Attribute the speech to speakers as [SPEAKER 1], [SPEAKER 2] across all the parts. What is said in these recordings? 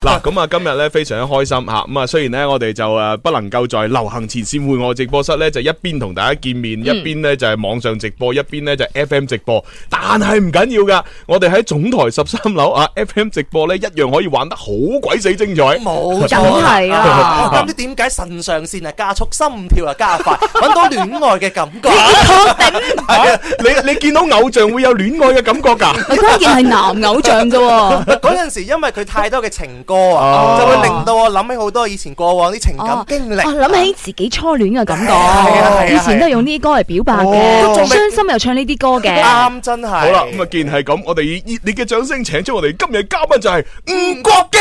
[SPEAKER 1] 嗱，咁啊，今日咧非常之開心吓，咁啊，雖然咧我哋就诶不能夠在流行前線户外直播室咧，就一邊同大家見面，一邊咧就係網上直播，一邊咧就係 FM 直播，但係唔緊要噶，我哋喺總台十三樓啊 FM 直播咧一樣可以玩得好鬼死精彩。
[SPEAKER 2] 冇錯
[SPEAKER 3] 梗係啦
[SPEAKER 2] 但唔知點解腎上腺啊加速，心跳啊加快，揾到戀愛嘅感覺。
[SPEAKER 1] 啊你你見到偶像會有戀愛嘅感覺㗎？
[SPEAKER 3] 你關鍵係男偶像啫 喎。
[SPEAKER 2] 嗰陣時，因為佢太多嘅情歌
[SPEAKER 1] 哦
[SPEAKER 2] 啊，就會令到我諗起好多以前過往啲情
[SPEAKER 3] 哦
[SPEAKER 2] 感經歷。
[SPEAKER 3] 我諗起自己初戀嘅感
[SPEAKER 2] 啊係啊係啊係啊
[SPEAKER 3] 覺，
[SPEAKER 2] 係啊
[SPEAKER 3] 以前都係用呢啲歌嚟表白
[SPEAKER 2] 哦
[SPEAKER 3] 嘅，
[SPEAKER 2] 仲未
[SPEAKER 3] 傷心又唱呢啲歌嘅。
[SPEAKER 2] 啱，真係。
[SPEAKER 1] 好啦，咁啊，既然係咁，我哋以熱烈嘅掌聲請出我哋今日嘅嘉賓就係吳國基。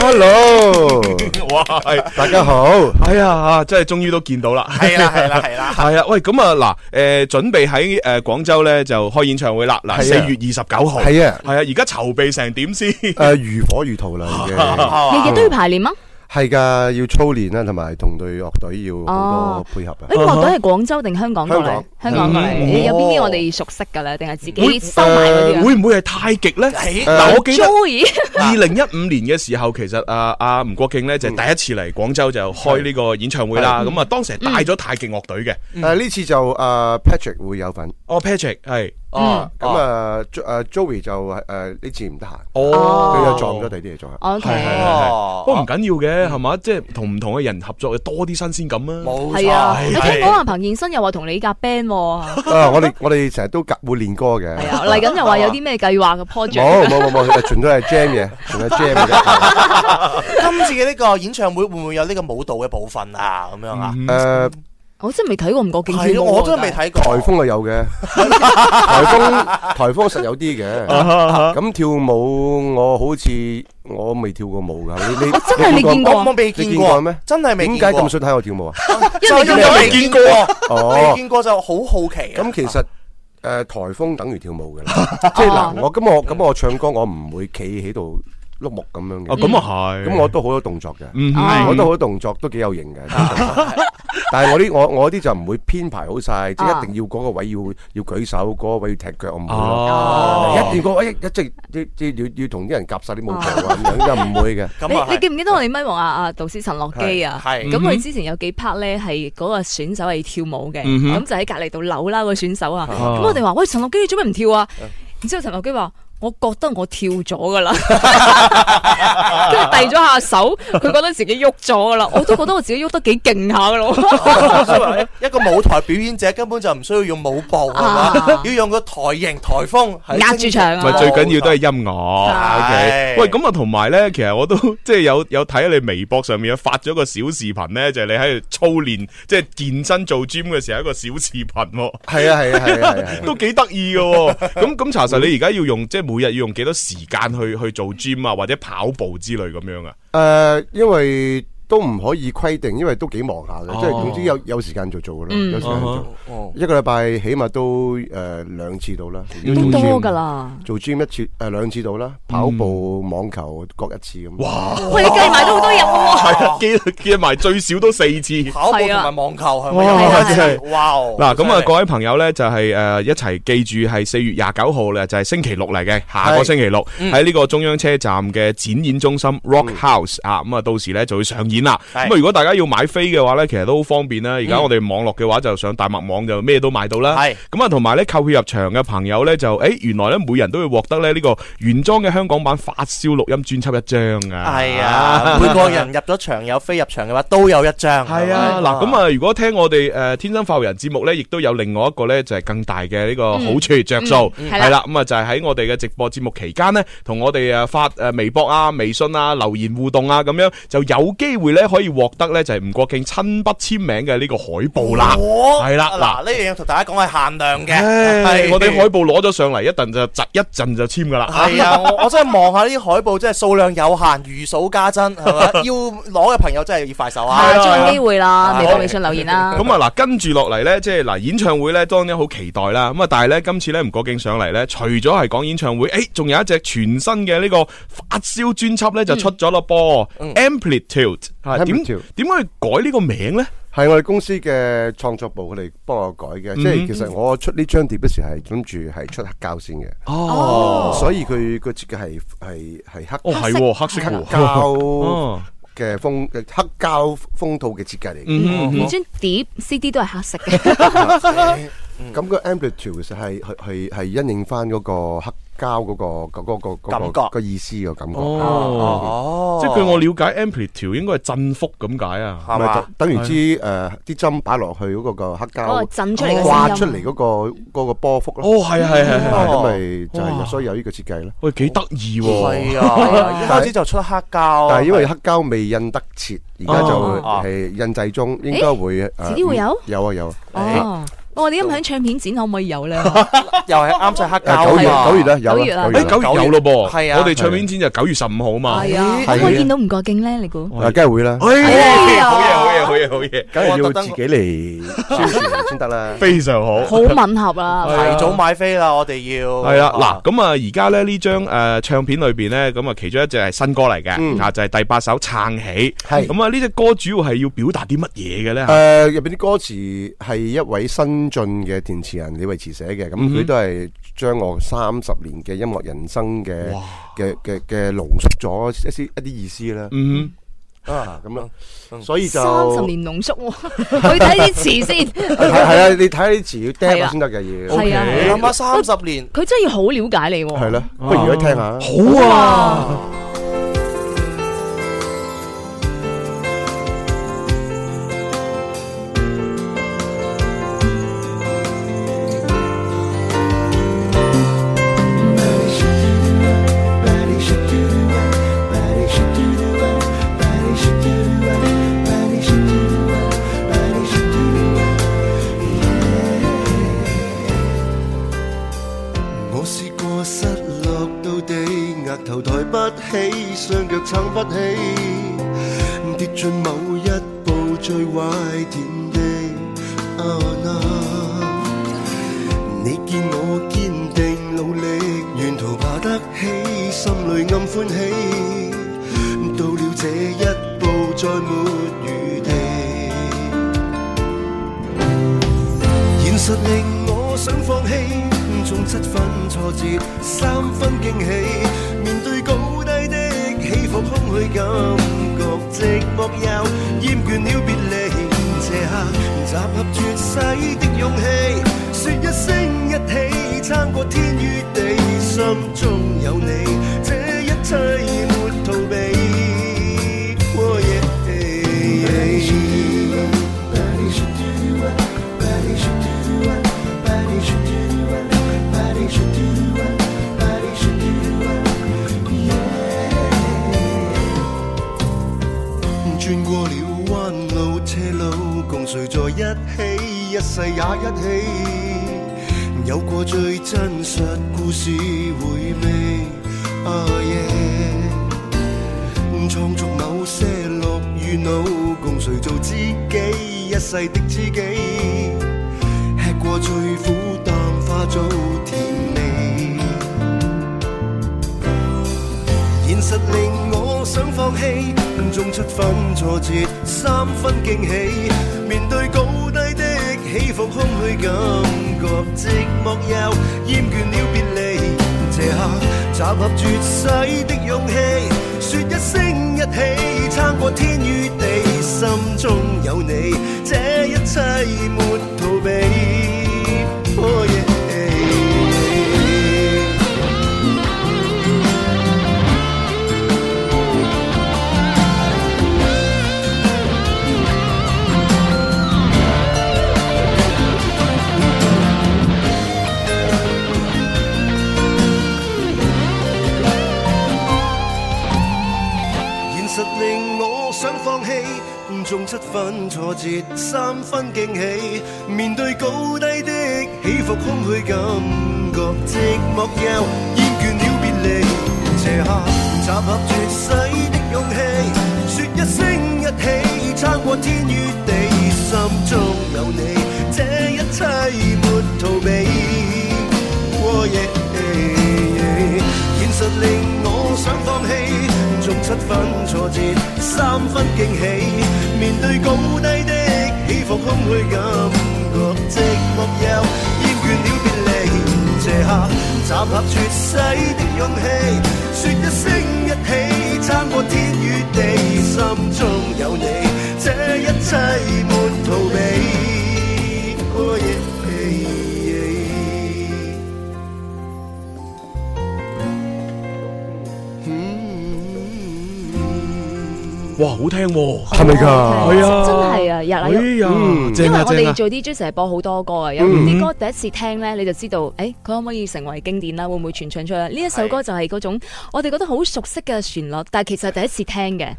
[SPEAKER 4] Hello，
[SPEAKER 1] 哇，係
[SPEAKER 4] 大家好。
[SPEAKER 1] 哎呀，真係終於都見到啦。
[SPEAKER 2] 係啦，係啦，係啦。
[SPEAKER 1] 系啊，喂，咁啊，嗱，诶，準備喺诶廣州咧就開演唱會啦，嗱，四
[SPEAKER 4] 係
[SPEAKER 1] 月
[SPEAKER 4] 啊
[SPEAKER 1] 二十九號，
[SPEAKER 4] 係啊
[SPEAKER 1] 系啊，而家籌備成點 先？
[SPEAKER 4] 诶、如火如荼啦，已經
[SPEAKER 3] 日日都要排練嗎？
[SPEAKER 4] 係㗎，要操練啦，同埋同隊樂隊要好
[SPEAKER 3] 哦
[SPEAKER 4] 多配合啊。
[SPEAKER 3] 你樂隊係廣州定香港過嚟？
[SPEAKER 4] 香
[SPEAKER 3] 香港過嚟，
[SPEAKER 1] 嗯
[SPEAKER 3] 你有邊啲
[SPEAKER 2] 哦
[SPEAKER 3] 我哋熟悉㗎啦？定係自己收埋嗰啲啊
[SPEAKER 1] 會唔會係太極咧？
[SPEAKER 2] 誒
[SPEAKER 1] 嗱，我記得
[SPEAKER 3] Joey
[SPEAKER 1] 二零一五年嘅時候，其實啊阿吳國敬咧就係第一次嚟廣州就開呢個演唱會啦，咁啊當時係帶咗太極樂隊嘅，
[SPEAKER 4] 诶、
[SPEAKER 3] 嗯
[SPEAKER 4] 呢次就诶、呃 Patrick 會有份，
[SPEAKER 1] 哦 Patrick 係，
[SPEAKER 2] 哦，
[SPEAKER 4] 咁啊诶 Joey 就呃诶呢、次唔得閒，
[SPEAKER 3] 哦
[SPEAKER 4] 佢又撞咗第啲嘢做。
[SPEAKER 1] 係
[SPEAKER 3] ，OK，
[SPEAKER 1] 係
[SPEAKER 2] 哦
[SPEAKER 1] 不過唔緊要嘅係嘛，即係同唔同嘅人合作，多啲新鮮感啊。
[SPEAKER 2] 冇
[SPEAKER 3] 係啊，
[SPEAKER 2] 錯
[SPEAKER 3] 你聽講話彭健新又話同你夾 band 喎。
[SPEAKER 4] 啊，我哋我哋成日都夾會練歌嘅。
[SPEAKER 3] 係 啊，嚟緊又話有啲咩計劃嘅
[SPEAKER 2] 哦
[SPEAKER 3] project，
[SPEAKER 4] 冇冇冇冇，全都係 jam 嘢，全係 jam 嘅。
[SPEAKER 2] 今次嘅呢個演唱會會唔會有呢個舞蹈嘅部分啊？咁樣啊？
[SPEAKER 1] 嗯
[SPEAKER 4] 诶、
[SPEAKER 3] 我真係未睇過吳國敬
[SPEAKER 2] 係
[SPEAKER 3] 跳
[SPEAKER 2] 咯，
[SPEAKER 3] 舞喎。
[SPEAKER 2] 我真係未
[SPEAKER 3] 真係。
[SPEAKER 2] 睇過。
[SPEAKER 4] 台風啊有嘅，台風台風實有啲嘅。咁跳舞我好似我未跳過舞㗎，你你
[SPEAKER 3] 真係你見過
[SPEAKER 2] 我我未見
[SPEAKER 4] 你見過
[SPEAKER 2] 過
[SPEAKER 4] 咩
[SPEAKER 2] 真係未
[SPEAKER 4] 點
[SPEAKER 2] 見
[SPEAKER 4] 解
[SPEAKER 2] 過。
[SPEAKER 4] 咁想睇我跳舞啊？
[SPEAKER 2] 就因為未見過，未
[SPEAKER 4] 哦，
[SPEAKER 2] 見過就好好奇啊。
[SPEAKER 4] 咁其實诶台風等於跳舞㗎啦，即係嗱，我咁我咁我唱歌我唔會企喺度碌木咁樣
[SPEAKER 1] 啊
[SPEAKER 4] 嘅，
[SPEAKER 1] 咁啊係，
[SPEAKER 4] 咁我都好多動作嘅，
[SPEAKER 1] 嗯
[SPEAKER 3] 係
[SPEAKER 4] 我都好多動作都幾有型嘅啲動作。但係我啲我我啲就唔會編排好晒，即
[SPEAKER 3] 啊
[SPEAKER 4] 係一定要嗰個位要要舉手，嗰個位要踢腳，我唔會咯。
[SPEAKER 1] 哦
[SPEAKER 4] 一定要嗰個位一直要要要要同啲人夾晒啲舞步啊，咁樣又唔會嘅。
[SPEAKER 2] 咁啊
[SPEAKER 3] 你你
[SPEAKER 2] 係
[SPEAKER 3] 記唔記得我哋咪王啊啊導師陳樂基啊？
[SPEAKER 1] 嗯
[SPEAKER 2] 係
[SPEAKER 3] 咁佢之前有幾 part 咧係嗰個選手係跳舞嘅，
[SPEAKER 1] 嗯哼
[SPEAKER 3] 咁就喺隔離度扭啦個選手啊。
[SPEAKER 1] 啊
[SPEAKER 3] 咁我哋話：喂，陳樂基你做咩唔跳啊？然之後陳樂基話：我覺得我跳 咗噶啦，跟住遞咗下手，佢覺得自己喐咗噶啦，我都覺得我自己喐得幾勁下噶咯。
[SPEAKER 2] 所以話一個舞台表演者根本就唔需要用舞步，係
[SPEAKER 3] 啊
[SPEAKER 2] 嘛？要用個台型、台風係
[SPEAKER 3] 壓住場啊
[SPEAKER 1] 咪最緊要都係音樂，OK。
[SPEAKER 2] 哦係
[SPEAKER 1] 喂，咁啊，同埋咧，其實我都 即係有有睇你微博上面有發咗個小視頻咧，就係你喺度操練，即係健身做 gym 嘅時候一個小視頻喎，
[SPEAKER 4] 係啊係啊係啊係啊係啊！
[SPEAKER 1] 都幾得意嘅喎。咁咁，查實你而家要用即係每日要用幾多時間去去做 gym 啊，或者跑步之類咁樣啊？
[SPEAKER 4] 誒、呃因為都唔可以規定，因為都幾忙下嘅，
[SPEAKER 1] 哦
[SPEAKER 4] 即係總之有有時間就做嘅咯，
[SPEAKER 3] 嗯
[SPEAKER 4] 有時間做。
[SPEAKER 1] 啊
[SPEAKER 2] 哦
[SPEAKER 4] 一個禮拜起碼都誒、兩次到啦，如
[SPEAKER 3] 都
[SPEAKER 4] 果做
[SPEAKER 3] 多
[SPEAKER 4] gym
[SPEAKER 3] 噶。啦，
[SPEAKER 4] 做 gym 一次誒、呃兩次到啦，跑步、網球各一次咁。哇！
[SPEAKER 3] 喂，你計埋都好多日喎。
[SPEAKER 1] 係啊，記記埋最少都四次。
[SPEAKER 2] 跑步同
[SPEAKER 3] 係啊
[SPEAKER 2] 埋網球係
[SPEAKER 1] 哇
[SPEAKER 2] 咪？
[SPEAKER 1] 真
[SPEAKER 2] 係哇！
[SPEAKER 1] 嗱，咁啊，
[SPEAKER 2] 真係
[SPEAKER 1] 各位朋友咧，就係誒一齊記住係四月廿九號咧，就係星期六嚟嘅，下個星期六
[SPEAKER 2] 嗯
[SPEAKER 1] 喺呢個中央車站嘅展演中心 Rock House 啊，咁啊，到時咧就會上演啦。咁
[SPEAKER 2] 係嗯
[SPEAKER 1] 啊，如果大家要買飛嘅話咧，其實都好方便啦。而家我哋網絡嘅話就上大麥網就咩都買到啦。
[SPEAKER 2] 係
[SPEAKER 1] 咁啊，同埋咧購票入場嘅朋友咧就誒，原來咧每人都會獲得咧呢個原裝嘅香港版發燒錄音專輯一張啊。
[SPEAKER 2] 係啊，每個人入咗場有飛入場嘅話，都有一張。
[SPEAKER 1] 系啊，嗱咁啊，如果聽我哋诶天生發育人節目咧，亦都有另外一個咧，就係更大嘅呢個好處着數，
[SPEAKER 3] 嗯
[SPEAKER 1] 係啦，咁啊就係喺我哋嘅直播節目期間呢，同我哋诶發诶微博啊、微信啊、留言互動啊，咁樣就有機會咧可以獲得咧就係吳國敬親筆簽名嘅呢個海報啦，
[SPEAKER 2] 哇
[SPEAKER 1] 係啦嗱
[SPEAKER 2] 嗱，呢樣嘢同大家講係限量
[SPEAKER 1] 唉
[SPEAKER 2] 嘅，係
[SPEAKER 1] 我哋海報攞咗上嚟，一陣就窒一陣就簽噶啦，
[SPEAKER 2] 系啊，我我真係望下呢啲海報，真係數量有限，如數家 珍，係咪？要攞嘅朋友真係要快手啊！
[SPEAKER 3] 啊，捉緊機會啦，
[SPEAKER 2] 係啊
[SPEAKER 3] 微博、微信留言啦。
[SPEAKER 1] 咁啊嗱，跟住落嚟呢，即係嗱，演唱會呢，當然好期待啦。咁啊，但係呢，今次呢，吳國敬上嚟呢，除咗係講演唱會，誒，仲有一隻全新嘅呢個發燒專輯呢，就出咗啦噃。Amplitude 嚇點
[SPEAKER 4] Amplitude
[SPEAKER 1] 點解要改呢個名呢？
[SPEAKER 4] 係我哋公司嘅創作部，佢哋幫我改嘅。即係其實我出呢張碟嗰時係諗住係出黑膠先嘅，
[SPEAKER 3] 哦
[SPEAKER 4] 所以佢個設計係係係黑
[SPEAKER 1] 哦
[SPEAKER 3] 黑
[SPEAKER 1] 係
[SPEAKER 3] 色
[SPEAKER 1] 喎，黑色
[SPEAKER 4] 黑
[SPEAKER 1] 喎，
[SPEAKER 4] 膠
[SPEAKER 1] 哦
[SPEAKER 4] 嘅封黑膠封套嘅設計嚟嘅。
[SPEAKER 1] 嗯
[SPEAKER 3] 你張碟 CD 都係黑色 嘅，
[SPEAKER 1] 啊
[SPEAKER 4] 咁個 amplitude 其實係係係係因應翻嗰個黑膠嗰個嗰嗰個
[SPEAKER 2] 感覺
[SPEAKER 4] 個意思個感覺。
[SPEAKER 1] 哦，
[SPEAKER 2] 哦，
[SPEAKER 1] 即係據我了解，amplitude 應該係振幅咁解啊。
[SPEAKER 2] 係
[SPEAKER 4] 咪
[SPEAKER 2] 嘛
[SPEAKER 4] 等等於支誒啲針擺落去嗰個個黑
[SPEAKER 3] 嗰個
[SPEAKER 4] 膠
[SPEAKER 3] 震出嚟嘅
[SPEAKER 4] 掛出
[SPEAKER 3] 聲
[SPEAKER 4] 嚟
[SPEAKER 3] 音。
[SPEAKER 4] 嗰個嗰個波幅
[SPEAKER 1] 哦，
[SPEAKER 4] 咯。
[SPEAKER 1] 係啊係係係，
[SPEAKER 4] 咁咪就
[SPEAKER 1] 哇
[SPEAKER 4] 係所以有呢個設計咯。
[SPEAKER 1] 喂，幾得意喎！
[SPEAKER 2] 係啊，一開始就出黑膠，啊
[SPEAKER 4] 但係因為黑膠未印得切，而家就
[SPEAKER 1] 哦
[SPEAKER 2] 哦
[SPEAKER 4] 係印製中，應該會誒
[SPEAKER 3] 遲啲會有
[SPEAKER 4] 有啊有啊。
[SPEAKER 1] 哎
[SPEAKER 3] 哦，我哋今日喺唱片展可唔可以有咧？
[SPEAKER 2] 又係啱晒黑
[SPEAKER 4] 誒
[SPEAKER 2] 膠
[SPEAKER 4] 九月
[SPEAKER 2] 啊
[SPEAKER 4] 九月啦，有
[SPEAKER 3] 九月啊
[SPEAKER 4] 啦，
[SPEAKER 1] 誒，
[SPEAKER 4] 九
[SPEAKER 1] 九
[SPEAKER 4] 月啦。
[SPEAKER 1] 月有咯噃，
[SPEAKER 2] 係啊
[SPEAKER 1] 我哋唱片展就九月十五號嘛。
[SPEAKER 3] 係啊，可唔可以見到吳國敬咧？你
[SPEAKER 1] 哦
[SPEAKER 3] 估？
[SPEAKER 4] 啊，梗係會啦，
[SPEAKER 1] 哎好嘢好嘢好嘢好嘢，
[SPEAKER 4] 梗
[SPEAKER 2] 我
[SPEAKER 4] 係
[SPEAKER 2] 特
[SPEAKER 4] 要
[SPEAKER 2] 登
[SPEAKER 4] 自己嚟宣傳先得啦。
[SPEAKER 1] 非常好。
[SPEAKER 3] 好吻合啊
[SPEAKER 1] 哎
[SPEAKER 3] 啦，
[SPEAKER 2] 提早買飛啦，我哋要
[SPEAKER 1] 系啦，嗱，咁啊，而家咧呢張诶唱片裏边咧，咁啊其中一隻係新歌嚟嘅，
[SPEAKER 4] 嗯
[SPEAKER 1] 啊就係第八首《撐起》。
[SPEAKER 4] 係
[SPEAKER 1] 咁啊，呢只歌主要係要表達啲乜嘢嘅咧？
[SPEAKER 4] 誒入邊啲歌詞係一位新晉嘅填詞人李維慈寫嘅，咁
[SPEAKER 1] 嗯哼
[SPEAKER 4] 佢都係將我三十年嘅音樂人生嘅
[SPEAKER 1] 哇
[SPEAKER 4] 嘅嘅嘅濃縮咗一啲一啲意思啦，
[SPEAKER 1] 嗯，
[SPEAKER 4] 啊咁樣，所以就
[SPEAKER 3] 三十年濃縮 喎，去睇啲詞先。
[SPEAKER 4] 係係啊，你睇下啲詞要
[SPEAKER 3] 係
[SPEAKER 4] 釘
[SPEAKER 3] 啦
[SPEAKER 4] 下先得嘅要，
[SPEAKER 3] 係啊，
[SPEAKER 2] 你諗下三十年，
[SPEAKER 3] 佢真係要好了解你喎。
[SPEAKER 4] 係啦，不如去聽
[SPEAKER 1] 好
[SPEAKER 4] 下。
[SPEAKER 1] 啊，
[SPEAKER 5] 我試過失落到地，額頭抬不起，雙腳撐不起，跌進某一步最壞田地。啊那，你見我堅定努力，沿途爬得起，心裏暗歡喜。到了這一步，再沒餘地。現實令我想放棄，中七分挫折，三分驚喜。面對高低的起伏，空虛感覺寂寞又厭倦了別離。這刻集合絕世的勇氣，說一聲一起，撐過天與地，心中有你，這一切沒逃避。Oh yeah. Yeah. 轉過了彎路斜路，共睡在一起，一世也一起。有過最真實故事回味，啊耶！創造某些樂與怒，共誰做知己，一世的知己。吃過最苦，淡化做甜味。現實令我想放棄，中七分挫折，三分驚喜。面對高低的起伏，空虛感覺寂寞又厭倦了別離。這刻集合絕世的勇氣，說一聲一起，撐過天與地，心中有你，這一切沒逃避。Oh yeah. 現實令我想放棄，中七分挫折，三分驚喜。面對高低的起伏，空虛感覺寂寞又厭倦了別離。這刻集合絕世的勇氣，說一聲一起，撐過天與地，心中有你，這一切沒逃避。Oh yeah, yeah. 現實令我想放棄，中七分挫折，三分驚喜。面對高低的起服空虛感覺，寂寞又厭倦了別離，斜下站合絕世的勇氣，説一聲一起，撐過天與地，心中有你，這一切沒逃避。Oh yeah.
[SPEAKER 1] 哇，好聽喎！
[SPEAKER 4] 係咪㗎？
[SPEAKER 1] 係啊
[SPEAKER 3] 真系啊，日啊
[SPEAKER 1] 哎
[SPEAKER 3] 日。
[SPEAKER 1] 呀，
[SPEAKER 4] 嗯
[SPEAKER 3] 因
[SPEAKER 1] 正
[SPEAKER 3] 為
[SPEAKER 1] 啊
[SPEAKER 3] 我
[SPEAKER 1] 正
[SPEAKER 3] 哋
[SPEAKER 1] 啊！嗯
[SPEAKER 3] 做 DJ 成日播好多歌啊，有啲歌第一次聽呢，你就知道，誒佢可唔可以成為經典啦，會唔會傳唱出去？呢一首歌就係嗰種我哋覺得好熟悉嘅旋律，但係其實係第一次聽嘅，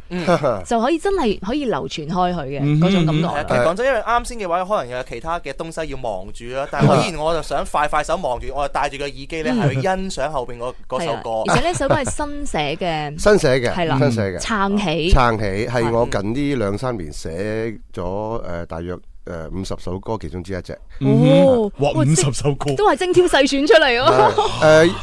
[SPEAKER 3] 就可以真係可以流傳開去嘅
[SPEAKER 1] 嗯
[SPEAKER 3] 嗰種感
[SPEAKER 2] 係啊，
[SPEAKER 3] 覺
[SPEAKER 2] 其。實講真，因為啱先嘅話，可能有其他嘅東西要望住啦。但係我依然我就想快快手望住，我就戴住個耳機咧，係去欣賞後邊嗰嗰
[SPEAKER 3] 係
[SPEAKER 2] 首
[SPEAKER 3] 啊
[SPEAKER 2] 歌。
[SPEAKER 3] 而且呢首歌係新寫嘅，
[SPEAKER 4] 新寫嘅，
[SPEAKER 3] 係啦
[SPEAKER 4] 新寫嘅，哦
[SPEAKER 3] 撐起。哦
[SPEAKER 4] 撐起係我近呢兩三年寫咗誒大約誒五十首歌其中之 一隻。
[SPEAKER 3] 哦，
[SPEAKER 1] 哇，
[SPEAKER 3] 哇
[SPEAKER 1] 五
[SPEAKER 3] 即
[SPEAKER 1] 十首歌，
[SPEAKER 3] 都係精挑細選出嚟
[SPEAKER 4] 誒
[SPEAKER 3] 咯。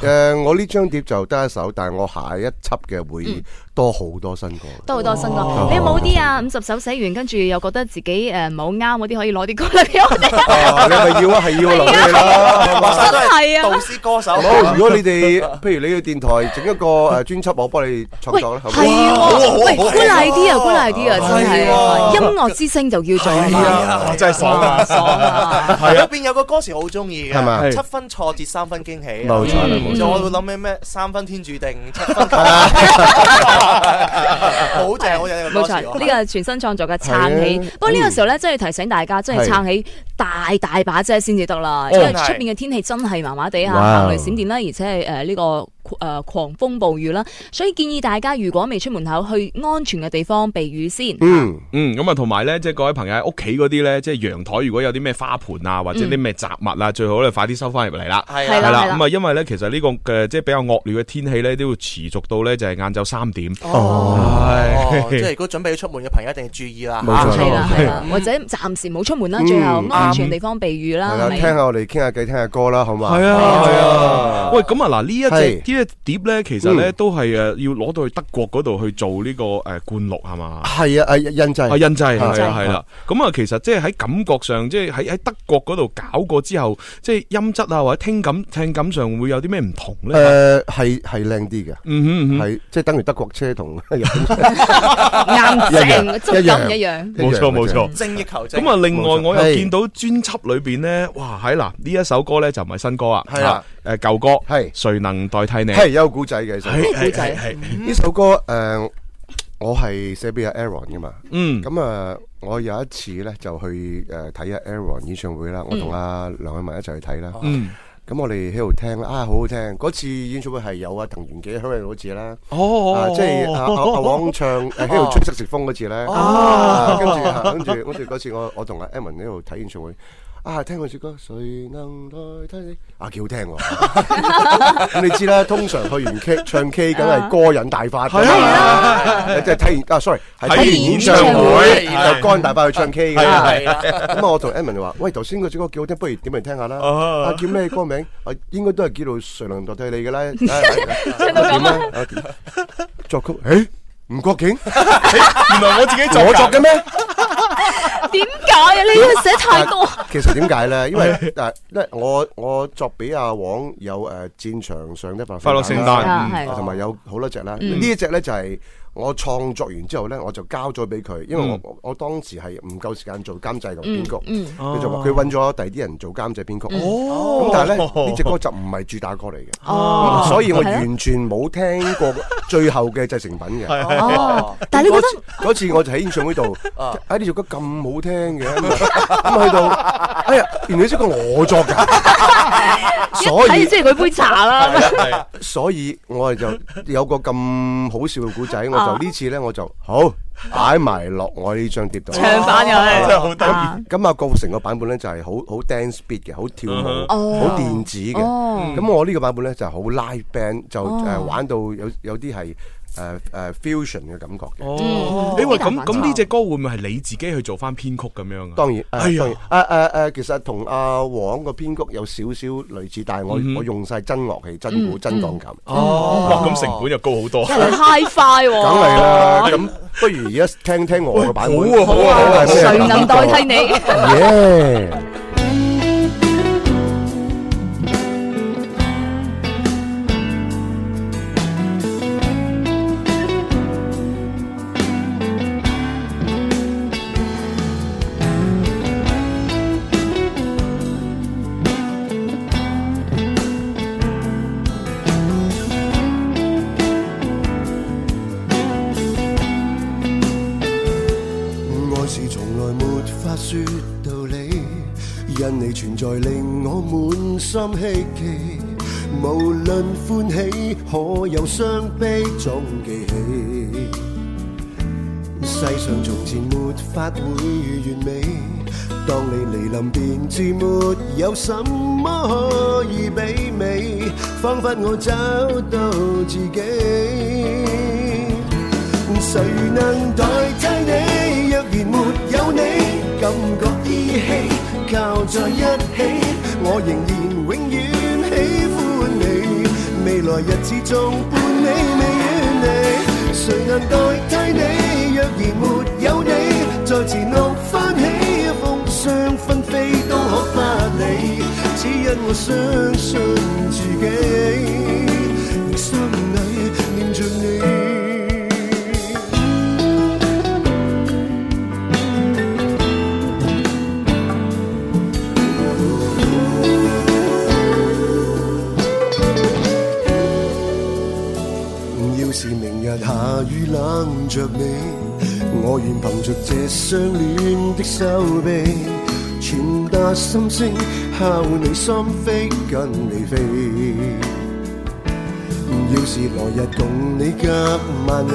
[SPEAKER 4] 誒，我呢張碟就得一首，但係我下一輯嘅會多好多新歌。
[SPEAKER 3] 都好多新歌，你有冇啲啊？五十首寫完，跟住又覺得自己誒唔係好啱嗰啲，可以攞啲歌嚟俾我 哋。
[SPEAKER 4] 啊你咪要啊，係 要留俾你啦。
[SPEAKER 2] 話晒都
[SPEAKER 3] 係啊
[SPEAKER 2] 係導師歌手。
[SPEAKER 4] 好，如果你哋譬如你去電台整一個誒專輯，我幫你創
[SPEAKER 3] 喂，
[SPEAKER 4] 作啦，好唔
[SPEAKER 3] 係
[SPEAKER 4] 好？
[SPEAKER 3] 喎，喂，good idea，good idea，真係
[SPEAKER 2] 係喎
[SPEAKER 3] 音樂之星就叫做
[SPEAKER 1] 啊係啊，哇真係爽啊！
[SPEAKER 3] 哇爽 啊！
[SPEAKER 1] 係
[SPEAKER 2] 入
[SPEAKER 1] 啊，
[SPEAKER 2] 邊有個歌詞好中意嘅，
[SPEAKER 4] 係嘛
[SPEAKER 1] 係
[SPEAKER 2] 七分挫折，三分驚喜。
[SPEAKER 4] 冇錯啦
[SPEAKER 3] 冇錯
[SPEAKER 2] 就我會諗起咩三分天注定，七分 好正，好正呢個
[SPEAKER 3] 冇
[SPEAKER 2] 歌
[SPEAKER 3] 錯，
[SPEAKER 2] 詞喎。
[SPEAKER 3] 呢個係全新創作嘅撐
[SPEAKER 4] 係
[SPEAKER 3] 起
[SPEAKER 4] 啊。
[SPEAKER 3] 不過呢個時候咧，真係提醒大家，真係
[SPEAKER 4] 係
[SPEAKER 3] 撐起大大把遮先至得啦。因為
[SPEAKER 2] 真係
[SPEAKER 3] 出面嘅天氣真係麻麻地啊，
[SPEAKER 4] 哦哇
[SPEAKER 3] 行雷閃電啦，而且係誒呢個。誒狂風暴雨啦，所以建議大家如果未出門口，去安全嘅地方避雨先。
[SPEAKER 4] 嗯，
[SPEAKER 1] 嗯，咁啊，同埋咧，即係各位朋友喺屋企嗰啲咧，即係陽台如果有啲咩花盆啊，或者啲咩雜物啊，最好咧快啲收翻入嚟啦。
[SPEAKER 2] 係
[SPEAKER 3] 係
[SPEAKER 1] 係
[SPEAKER 3] 啦
[SPEAKER 1] 啦，咁啊，因為咧，其實呢個嘅即係比較惡劣嘅天氣咧，都要持續到咧就係晏晝三點。
[SPEAKER 2] 哦，即
[SPEAKER 1] 係
[SPEAKER 2] 係如果準備要出門嘅朋友一定要注意啦。
[SPEAKER 4] 冇錯
[SPEAKER 3] 啊
[SPEAKER 2] 嚇
[SPEAKER 3] 係啦係啦
[SPEAKER 2] 嗯，
[SPEAKER 3] 或者暫時冇出門啦，
[SPEAKER 4] 嗯
[SPEAKER 3] 最後安全地方避雨啦
[SPEAKER 4] 係。啦，
[SPEAKER 3] 係咪
[SPEAKER 4] 聽下我哋傾下偈，聽下歌啦，好嘛？
[SPEAKER 1] 係啊，係啊。喂，咁啊嗱，呢一
[SPEAKER 4] 係
[SPEAKER 1] 隻呢一碟咧，其實咧
[SPEAKER 4] 嗯
[SPEAKER 1] 都係誒要攞到去德國嗰度去做呢個誒灌錄係嘛？
[SPEAKER 4] 係啊，係印
[SPEAKER 1] 啊，
[SPEAKER 4] 製。
[SPEAKER 1] 印製係
[SPEAKER 4] 製
[SPEAKER 1] 啦係啦，咁啊，其實即係喺感覺上，即係喺喺德國嗰度搞過之後，即係音質啊或者聽感聽感上會有啲咩唔同咧？
[SPEAKER 4] 誒係係靚啲嘅，
[SPEAKER 1] 嗯哼嗯哼，
[SPEAKER 4] 係即係等於德國 車同一
[SPEAKER 3] 啱正，質感唔一
[SPEAKER 4] 一
[SPEAKER 3] 樣。
[SPEAKER 1] 冇錯
[SPEAKER 4] 樣嘅
[SPEAKER 1] 冇錯。
[SPEAKER 2] 精益求精。
[SPEAKER 1] 咁啊，另外
[SPEAKER 4] 冇錯
[SPEAKER 1] 我又
[SPEAKER 4] 係
[SPEAKER 1] 見到專輯裏邊咧，哇，喺嗱呢一首歌咧就唔係新歌啊，
[SPEAKER 4] 係啦，
[SPEAKER 1] 誒舊歌，
[SPEAKER 4] 係
[SPEAKER 1] 誰能代替你？
[SPEAKER 4] 係有個古仔嘅，其實
[SPEAKER 1] 係
[SPEAKER 3] 咩故仔
[SPEAKER 1] 係係係
[SPEAKER 4] 呢首歌誒，我係寫俾阿 Aaron 噶嘛。
[SPEAKER 1] 嗯，
[SPEAKER 4] 咁啊，我有一次咧就去誒睇阿 Aaron 演唱會啦，我同阿梁偉文一齊去睇啦。
[SPEAKER 1] 嗯，
[SPEAKER 4] 咁我哋喺度聽啦，啊好好聽！嗰次演唱會係有啊滕元記香嗰次啦，啊
[SPEAKER 1] 哦，
[SPEAKER 4] 即係阿阿阿王唱誒喺度吹色食風嗰次咧，啊跟住啊跟住跟住嗰次我我同阿 Evan 喺度睇演唱會。啊！聽嗰首歌，誰能代替你？啊，幾好聽喎！ 咁你知啦，通常去完 K 唱 K，梗係歌癮大發㗎啦，即係睇完啊，sorry，
[SPEAKER 1] 睇
[SPEAKER 4] 係睇完
[SPEAKER 1] 完
[SPEAKER 4] 演
[SPEAKER 1] 演
[SPEAKER 4] 唱
[SPEAKER 1] 唱
[SPEAKER 4] 會
[SPEAKER 1] 會
[SPEAKER 4] 就肝大發去唱 K 㗎啦。
[SPEAKER 2] 係啦，
[SPEAKER 4] 咁啊，我同 Edmond 話：，喂，頭先嗰首歌幾好聽，不如點嚟聽下啦。
[SPEAKER 1] 啊
[SPEAKER 4] 啊，叫咩歌名？啊，應該都係叫做《誰能代替你》嘅啦。聽
[SPEAKER 3] 到咁啊
[SPEAKER 4] 啊！點作曲？誒，吳國敬，
[SPEAKER 1] 原來我自己
[SPEAKER 4] 我作嘅咩？
[SPEAKER 3] 點解啊？你呢個寫太 多。
[SPEAKER 4] 其實點解咧？因為誒，因為我我作俾阿黃有誒戰場上的快
[SPEAKER 1] 快樂聖
[SPEAKER 4] 聖
[SPEAKER 1] 誕
[SPEAKER 4] 誕
[SPEAKER 3] 啊
[SPEAKER 4] 啦，
[SPEAKER 3] 係
[SPEAKER 4] 同埋有好多隻啦。呢一隻咧就係。我創作完之後咧，我就交咗俾佢，因為我我我當時係唔夠時間做監製同編
[SPEAKER 3] 嗯
[SPEAKER 4] 曲，佢就話佢揾咗第啲人做監製編曲。
[SPEAKER 1] 哦
[SPEAKER 4] 咁但係咧呢只歌就唔係主打歌嚟嘅，
[SPEAKER 3] 哦
[SPEAKER 4] 所以我
[SPEAKER 3] 係啊
[SPEAKER 4] 完全冇聽過最後嘅製成品嘅。
[SPEAKER 3] 哦，但係你覺得
[SPEAKER 4] 嗰次我就喺演唱會度，啊呢首歌咁好聽嘅，咁咁去到，哎呀，原來呢首歌我作㗎，所
[SPEAKER 3] 睇
[SPEAKER 4] 以
[SPEAKER 3] 住即係佢杯茶啦。
[SPEAKER 4] 所以我哋就有個咁好笑嘅故仔，
[SPEAKER 3] 啊
[SPEAKER 4] 我就呢次咧我就好擺埋落我呢張碟度。
[SPEAKER 3] 唱反啊又係，
[SPEAKER 1] 真係好得意。
[SPEAKER 4] 咁啊，郭富城個版本咧就係好好 dance beat 嘅，好跳
[SPEAKER 1] 嗯
[SPEAKER 4] 舞，好電子嘅。
[SPEAKER 3] 哦
[SPEAKER 4] 咁我呢個版本咧就好 live band，就
[SPEAKER 1] 哦
[SPEAKER 4] 誒玩到有有啲係誒誒 fusion 嘅感覺嘅。
[SPEAKER 1] 哦，
[SPEAKER 3] 嗯
[SPEAKER 1] 誒喂，
[SPEAKER 3] 好
[SPEAKER 1] 咁
[SPEAKER 3] 難
[SPEAKER 1] 咁呢
[SPEAKER 3] 揾
[SPEAKER 1] 隻歌會唔會係你自己去做翻編曲咁樣啊？
[SPEAKER 4] 當然，
[SPEAKER 1] 哎
[SPEAKER 4] 誒
[SPEAKER 1] 呀
[SPEAKER 4] 當然，誒誒誒，其實同阿黃個編曲有少少類似，但係
[SPEAKER 1] 嗯
[SPEAKER 4] 我我用晒真樂器、真鼓、真鋼琴，
[SPEAKER 1] 哦，哇，咁成本又高好多。
[SPEAKER 3] 真係 high 快喎。
[SPEAKER 4] 梗係啦。咁不如而家聽聽我嘅版本。
[SPEAKER 1] 哦好啊好啊
[SPEAKER 4] 好啊咩
[SPEAKER 3] 谁能代替你？
[SPEAKER 4] 耶！
[SPEAKER 5] 愛嗯是從來沒法說道理，因你存在令我滿心希冀。無論歡喜，可有傷悲，總記起。世上從前沒法會完美，當你嚟臨便知沒有什麼可以媲美，仿佛我找到自己。誰能代替你？若然沒有你，感覺依稀靠在一起，我仍然永遠喜歡你。未來日子仲伴你未遠離，誰能代替你？若然沒有你，在前路翻起，風霜紛飛都可不理，只因我相信自己，心裏念着你。要是明日下雨冷着你，我願憑着這相戀的手臂，傳達心聲，敲你心扉，跟你飛。要是來日共你隔萬里，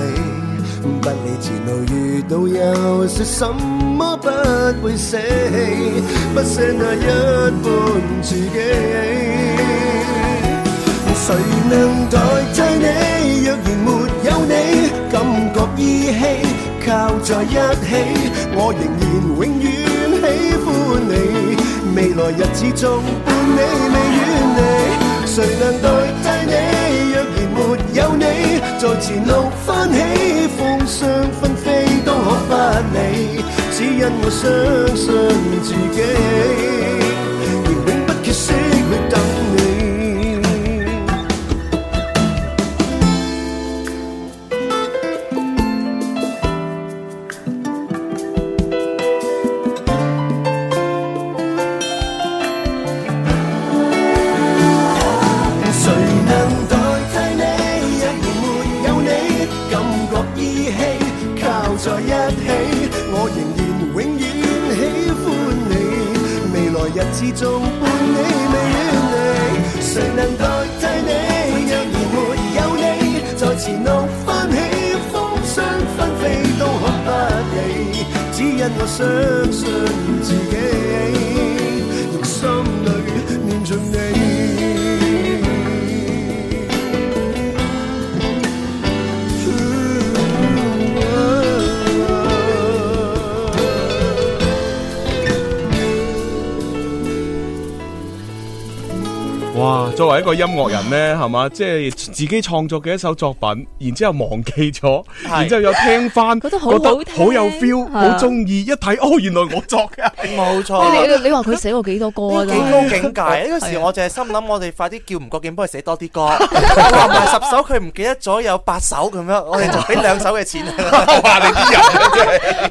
[SPEAKER 5] 不理前路遇到有些什麼不會捨棄，不捨那一半自己。誰能代替你？若然沒有你，感覺依稀靠在一起，我仍然永遠喜歡你。未來日子仲伴你未遠離，誰能代替你？若然沒有你，在前路翻起，風霜紛飛都可不理，只因我相信自己，而永不缺惜去等你。誰能代替你？若然沒有你，感覺依稀靠在一起，我仍然永遠喜歡你。未來日子仲伴你未遠離，誰能代替你？若然沒有你，在前路翻起，風霜紛飛都可不理，只因我相信自己，用心裏念着你。
[SPEAKER 1] 哇！作為一個音樂人呢，係嘛，即係自己創作嘅一首作品，然之後忘記咗，
[SPEAKER 2] 係
[SPEAKER 1] 然之後又聽翻，
[SPEAKER 3] 覺
[SPEAKER 1] 覺
[SPEAKER 3] 得
[SPEAKER 1] 得
[SPEAKER 3] 好好聽
[SPEAKER 1] 好有 feel，
[SPEAKER 3] 係啊
[SPEAKER 1] 好中意。一睇哦，原來我作嘅，
[SPEAKER 2] 冇錯。
[SPEAKER 3] 你你你话佢寫過啊幾多歌啊？
[SPEAKER 2] 幾
[SPEAKER 3] 真係
[SPEAKER 2] 高境界！呢個時我就係心諗，我哋快啲叫唔覺勁，幫佢寫 多啲歌。我話埋十首，佢唔記得咗有八首咁樣，我哋就俾兩首嘅 錢。
[SPEAKER 1] 哇！你啲人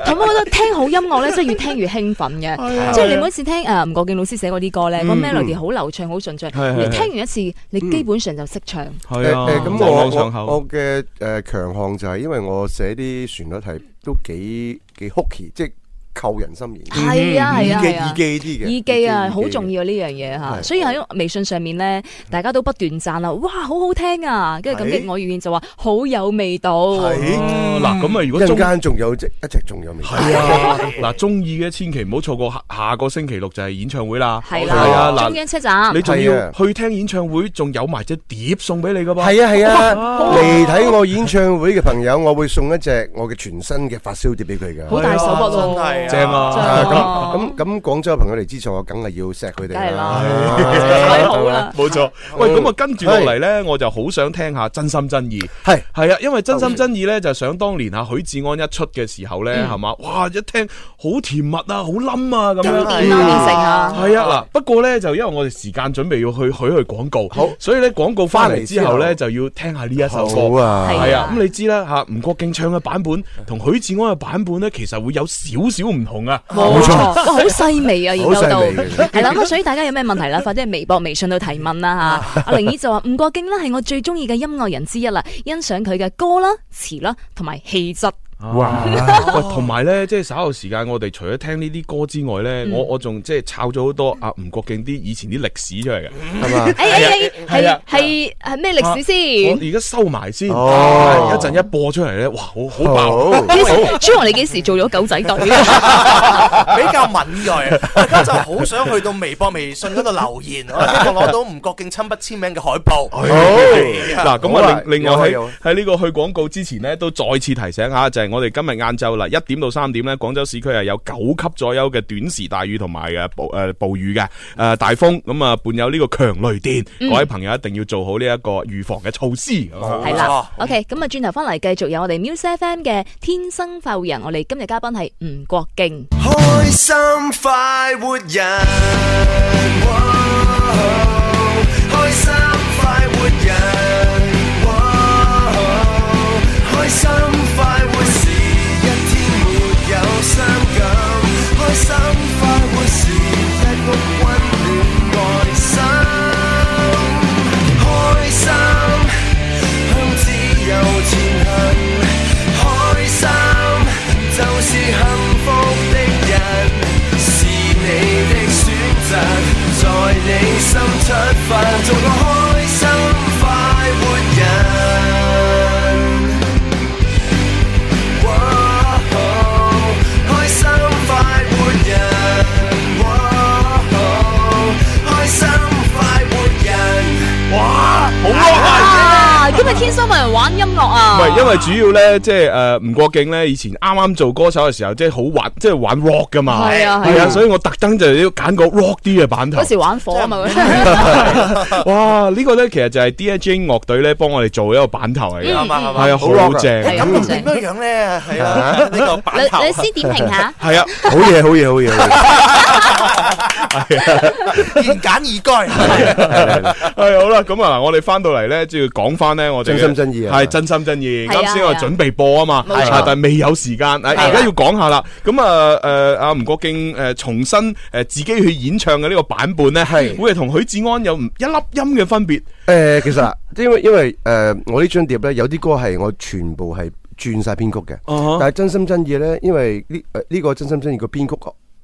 [SPEAKER 3] 咁我覺得聽好音樂咧，真係越聽越興奮嘅。即係你每一次聽啊誒吳國敬老師寫嗰啲歌咧，個 melody 好流暢，好順暢。
[SPEAKER 1] 係
[SPEAKER 3] 你
[SPEAKER 1] 係
[SPEAKER 3] 聽完一次，你基本上就識唱。
[SPEAKER 1] 係啊，
[SPEAKER 4] 誒誒咁
[SPEAKER 1] 朗朗上
[SPEAKER 4] 我我
[SPEAKER 1] 口。
[SPEAKER 4] 我嘅誒強項就係因為我寫啲旋律係都幾幾 hooky，即係扣人心弦。
[SPEAKER 3] 係啊係啊係啊
[SPEAKER 4] 耳。機啲嘅。
[SPEAKER 3] 耳機啊，
[SPEAKER 4] 耳
[SPEAKER 3] 好
[SPEAKER 4] 嘅
[SPEAKER 3] 重要呢樣嘢嚇，
[SPEAKER 4] 係
[SPEAKER 3] 所以喺微信上面咧，大家都不斷讚啦，哇，好好聽啊！跟住咁
[SPEAKER 4] 係
[SPEAKER 3] 嘅我語見就話好有味道，
[SPEAKER 1] 哦嗱，咁啊，如
[SPEAKER 4] 一
[SPEAKER 1] 果中
[SPEAKER 4] 陣間仲有隻一隻仲有未？
[SPEAKER 1] 系 啊，嗱，中意嘅千祈唔好錯過下下個星期六就係演唱會啦，
[SPEAKER 3] 係
[SPEAKER 1] 係啊，
[SPEAKER 3] 啦，中
[SPEAKER 1] 嗱，
[SPEAKER 3] 央車站
[SPEAKER 1] 你仲
[SPEAKER 4] 係
[SPEAKER 1] 要
[SPEAKER 4] 啊
[SPEAKER 1] 去聽演唱會，仲有埋隻碟送俾你噶噃，
[SPEAKER 4] 係啊係啊，嚟睇我演唱會嘅朋友，我會送一隻我嘅全新嘅發燒碟俾佢㗎。
[SPEAKER 3] 好大手筆喎，
[SPEAKER 2] 真係係啊
[SPEAKER 1] 正啊！
[SPEAKER 4] 啊
[SPEAKER 3] 哦
[SPEAKER 4] 咁咁咁廣州嘅朋友嚟支持我，梗係要錫佢哋
[SPEAKER 3] 梗係啦
[SPEAKER 4] 係
[SPEAKER 3] 太好啦，
[SPEAKER 1] 冇錯，喂，咁啊，跟住落嚟呢，我就好想聽下真心真意。
[SPEAKER 4] 係
[SPEAKER 1] 係啊，因為真心真意呢，就想當年啊許志安一出嘅時候
[SPEAKER 4] 嗯
[SPEAKER 1] 呢，係嘛，哇，一聽好甜蜜啊，好冧啊咁
[SPEAKER 3] 經
[SPEAKER 1] 樣。
[SPEAKER 3] 典啦，
[SPEAKER 4] 嗯
[SPEAKER 3] 變成啊，
[SPEAKER 1] 係啊，嗱，不過呢，就因為我哋時間準備要去許去廣告，好，所以呢，廣告翻嚟之後呢，
[SPEAKER 4] 翻嚟
[SPEAKER 1] 就要聽下呢一首
[SPEAKER 4] 好
[SPEAKER 1] 歌。
[SPEAKER 4] 啊，
[SPEAKER 3] 係
[SPEAKER 1] 係啊，咁你知啦吓，吳國敬唱嘅版本同許志安嘅版本呢，其實會有少少唔同啊。
[SPEAKER 3] 冇錯，哇，好細微啊，研究到
[SPEAKER 4] 好細微嘅
[SPEAKER 3] 係啦，咁啊所以大家有咩問題啦，快啲喺微博、微信度提問啦吓。阿玲姨就話吳國敬呢係我最中意嘅音樂人之一啦，欣賞佢嘅歌啦、詞啦同埋氣質。
[SPEAKER 1] 哇！ 喂，同埋咧，即係稍後時間，我哋除咗聽呢啲歌之外咧，我我仲即係抄咗好多阿吳國敬啲以前啲歷史出嚟嘅，
[SPEAKER 4] 係嘛？
[SPEAKER 3] 诶诶
[SPEAKER 1] 係啊
[SPEAKER 3] 诶，系系系咩歷史
[SPEAKER 1] 我
[SPEAKER 3] 先？
[SPEAKER 1] 而家收埋先，一
[SPEAKER 4] 哦
[SPEAKER 1] 陣一播出嚟咧，哇，好好爆！啊
[SPEAKER 4] 好。
[SPEAKER 3] 其實朱紅你幾時做咗狗仔隊 啊？
[SPEAKER 2] 比較敏鋭，大家就好想去到微博、微信嗰度留言，我希望攞到吳國敬親筆簽名嘅海報。
[SPEAKER 1] 嗱，咁
[SPEAKER 4] 好
[SPEAKER 1] 啊
[SPEAKER 4] 啊，
[SPEAKER 1] 另另
[SPEAKER 4] 有啊
[SPEAKER 1] 外
[SPEAKER 4] 有
[SPEAKER 1] 喺
[SPEAKER 4] 啊
[SPEAKER 1] 喺呢個去廣告之前呢，都再次提醒下，就係我哋今日晏晝啦，一點到三點呢，廣州市區係有九級左右嘅短時大雨同埋嘅暴誒暴雨嘅誒大風，咁啊伴有呢個強雷電，各位朋友一定要做好呢一個預防嘅措施。咁啊
[SPEAKER 3] 係
[SPEAKER 2] 冇錯
[SPEAKER 3] 啦，OK，咁啊轉頭翻嚟繼續有我哋 Music FM 嘅天生快活人，我哋今日嘉賓係吳國敬。
[SPEAKER 5] 开心快活人，开心快活人，开心快活是一天没有伤感，开心快活是一屋温暖愛心，开心向自由前行，开心。就是幸福的人，是你的選擇，在你心出發，做個開心快活人。哇哦開心快活人，哇哦開心快活人。
[SPEAKER 1] 哇，好 rock 啊！
[SPEAKER 3] 啊！今日天生咪人玩音樂啊！
[SPEAKER 1] 唔係，因為主要咧，即係呃诶吳國敬咧，以前啱啱做歌手嘅時候，即係好玩，即係玩 rock 噶嘛。
[SPEAKER 3] 係啊
[SPEAKER 1] 係
[SPEAKER 3] 係
[SPEAKER 1] 啊，
[SPEAKER 3] 啊
[SPEAKER 1] 所以我特登就要揀個 rock 啲嘅版頭
[SPEAKER 3] 嗰。時玩火啊嘛，
[SPEAKER 4] 啊
[SPEAKER 1] 哇，呢個咧其實就係 D J 樂隊咧幫我哋做一個版頭嚟嘅，
[SPEAKER 2] 啱啊啱啊
[SPEAKER 1] 係啊，
[SPEAKER 4] 好 rock
[SPEAKER 1] 好
[SPEAKER 4] 啊
[SPEAKER 1] 正。。
[SPEAKER 3] 係
[SPEAKER 2] 咁咁點樣樣咧？係啊，呢個
[SPEAKER 3] 你
[SPEAKER 2] 版頭
[SPEAKER 3] 你先點評下
[SPEAKER 1] 係 啊，
[SPEAKER 4] 好嘢，好嘢，好嘢好嘢！
[SPEAKER 2] 言簡意賅。
[SPEAKER 1] 係好啦，咁啊，我哋翻到嚟咧，就要講翻咧，我哋嘅
[SPEAKER 4] 真心真意啊
[SPEAKER 1] 係真心真意。
[SPEAKER 3] 係啊
[SPEAKER 1] 啱先我
[SPEAKER 3] 係啊
[SPEAKER 1] 準備播啊嘛，
[SPEAKER 3] 冇錯
[SPEAKER 1] 啊但係未有時間，啊而家要講下啦。咁啊，誒阿吳國敬誒重新誒自己去演唱嘅呢個版本咧，係會係同許志安有唔一粒音嘅分別。
[SPEAKER 4] 誒，其實啊 因為因為誒，我呢張碟咧有啲歌係我全部係轉晒編曲嘅，
[SPEAKER 1] 啊
[SPEAKER 4] 但係真心真意咧，因為呢誒呢個真心真意個編曲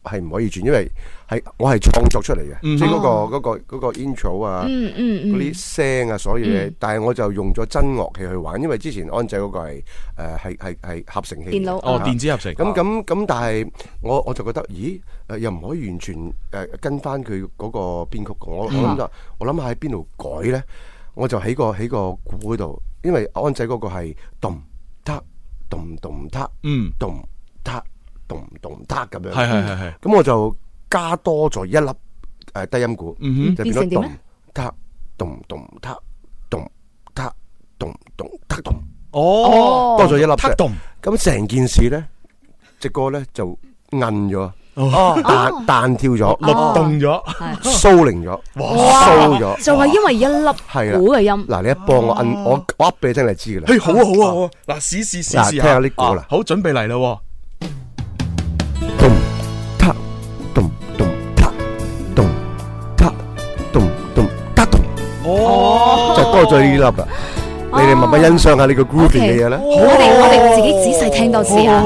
[SPEAKER 4] 係唔可以轉，因為係我係創作出嚟嘅，即係嗰個嗰個嗰個 intro 啊。
[SPEAKER 3] 嗯嗯
[SPEAKER 4] 嗰
[SPEAKER 3] 嗯，
[SPEAKER 4] 啲聲啊，所有嘢，但係我就用咗真樂器去玩，因為之前安仔嗰個係誒係係係合成器嚟嘅，
[SPEAKER 3] 電腦
[SPEAKER 1] 哦，
[SPEAKER 4] 啊
[SPEAKER 1] 電子合成。
[SPEAKER 4] 咁咁咁，但係我我就覺得，咦？誒又唔可以完全誒、呃跟翻佢嗰個編曲嘅。我我
[SPEAKER 1] 嗯
[SPEAKER 4] 諗就我諗下喺邊度改咧，我就喺個喺個鼓嗰度，因為安仔嗰個係咚嗒咚咚嗒
[SPEAKER 1] 嗯，
[SPEAKER 4] 咚嗒咚咚嗒咁樣。
[SPEAKER 1] 係係係係。
[SPEAKER 4] 咁我就加多咗一粒誒、呃低音鼓，
[SPEAKER 1] 嗯
[SPEAKER 4] 就
[SPEAKER 3] 變成
[SPEAKER 4] 咗
[SPEAKER 3] 點
[SPEAKER 4] 咚
[SPEAKER 3] 咧
[SPEAKER 4] 嗒咚咚嗒咚嗒咚咚嗒咚，
[SPEAKER 1] 哼，哦，
[SPEAKER 4] 多咗一粒
[SPEAKER 1] 黑
[SPEAKER 4] 啫
[SPEAKER 1] 洞。
[SPEAKER 4] 咁成件事咧，只歌咧就韌咗，
[SPEAKER 2] 哦，
[SPEAKER 4] 彈彈跳咗，
[SPEAKER 1] 律動咗，
[SPEAKER 3] 係
[SPEAKER 4] 蘇寧咗，
[SPEAKER 3] 哇
[SPEAKER 4] 蘇咗，
[SPEAKER 3] 就係因為一粒
[SPEAKER 4] 係啦
[SPEAKER 3] 鼓嘅音，
[SPEAKER 4] 嗱，你一幫我摁，我我噏俾你聽，你就知噶啦。
[SPEAKER 1] 嘿，好啊，好啊，好啊，嗱，試試試
[SPEAKER 4] 嗱
[SPEAKER 1] 試
[SPEAKER 4] 聽下呢個
[SPEAKER 1] 啊
[SPEAKER 4] 啦
[SPEAKER 1] 好，準備嚟啦喎，
[SPEAKER 4] 咚嗒咚咚嗒咚嗒咚咚嗒咚，
[SPEAKER 1] 哦，
[SPEAKER 4] 就多咗呢粒啦。你哋慢慢欣賞下呢個 groovy 嘅嘢咧。
[SPEAKER 3] 我哋我哋自己仔細聽多次啊。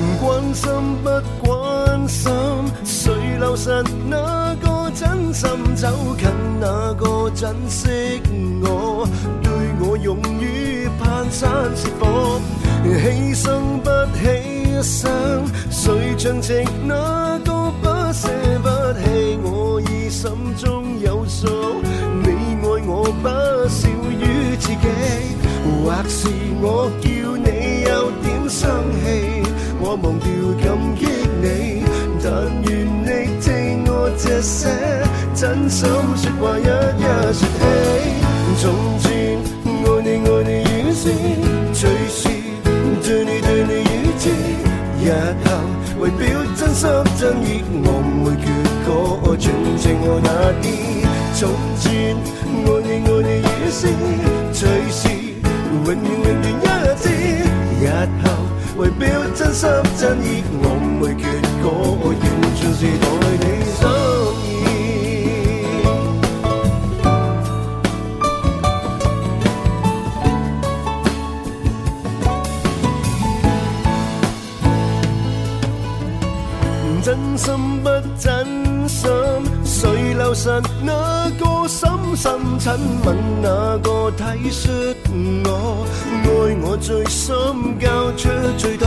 [SPEAKER 5] 唔關心不關心，誰留神那個真心，走近那個珍惜我，對我勇於攀山涉火，犧牲不犧牲，誰長情那個不捨不棄我。心中有數，你愛我不少於自己，或是我叫你有點生氣，我忘掉感激你，但願你聽我這些真心説話一一説起，從前愛你愛你遠些，隨時對你對你遠些。日後為表真心真意，我每缺個盡情我那啲。從前愛你愛你已是隨時永遠永遠一致。日後為表真心真意，我每缺個完全是待你所以。真心不真心，誰留神那個深深親吻那個體恤我，愛我最深交出最多，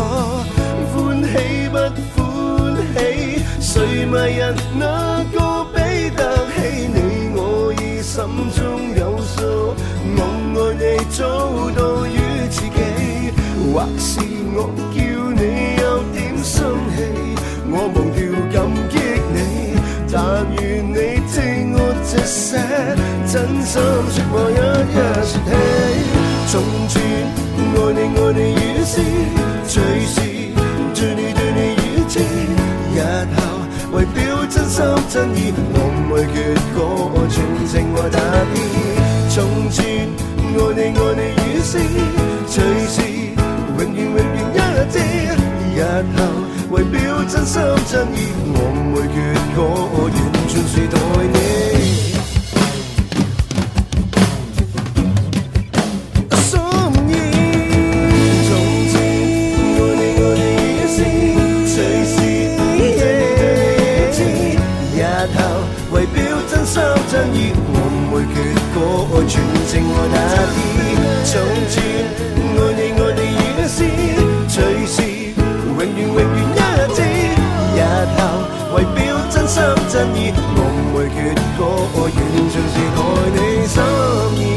[SPEAKER 5] 歡喜不歡喜，誰迷人那個比得起你我已心中有數，我愛你早到於自己，或是我叫你有點生氣。我忘掉感激你，但願你聽我這些真心説話一一説起。從前愛你愛你已是，隨時對你對你已知。日後為表真心真意，我每缺個全情愛打啲。從前愛你愛你已是，隨時永遠永遠一致。日後為表真心真意，我每缺個完全是待你心意。從前愛你愛你已是，隨時對你對你已知。日後為表真心真意，我每缺個完全愛那啲。從前愛你愛你已是，隨時。永遠永遠一致，日後為表真心真意，我每缺個完全是愛你心意。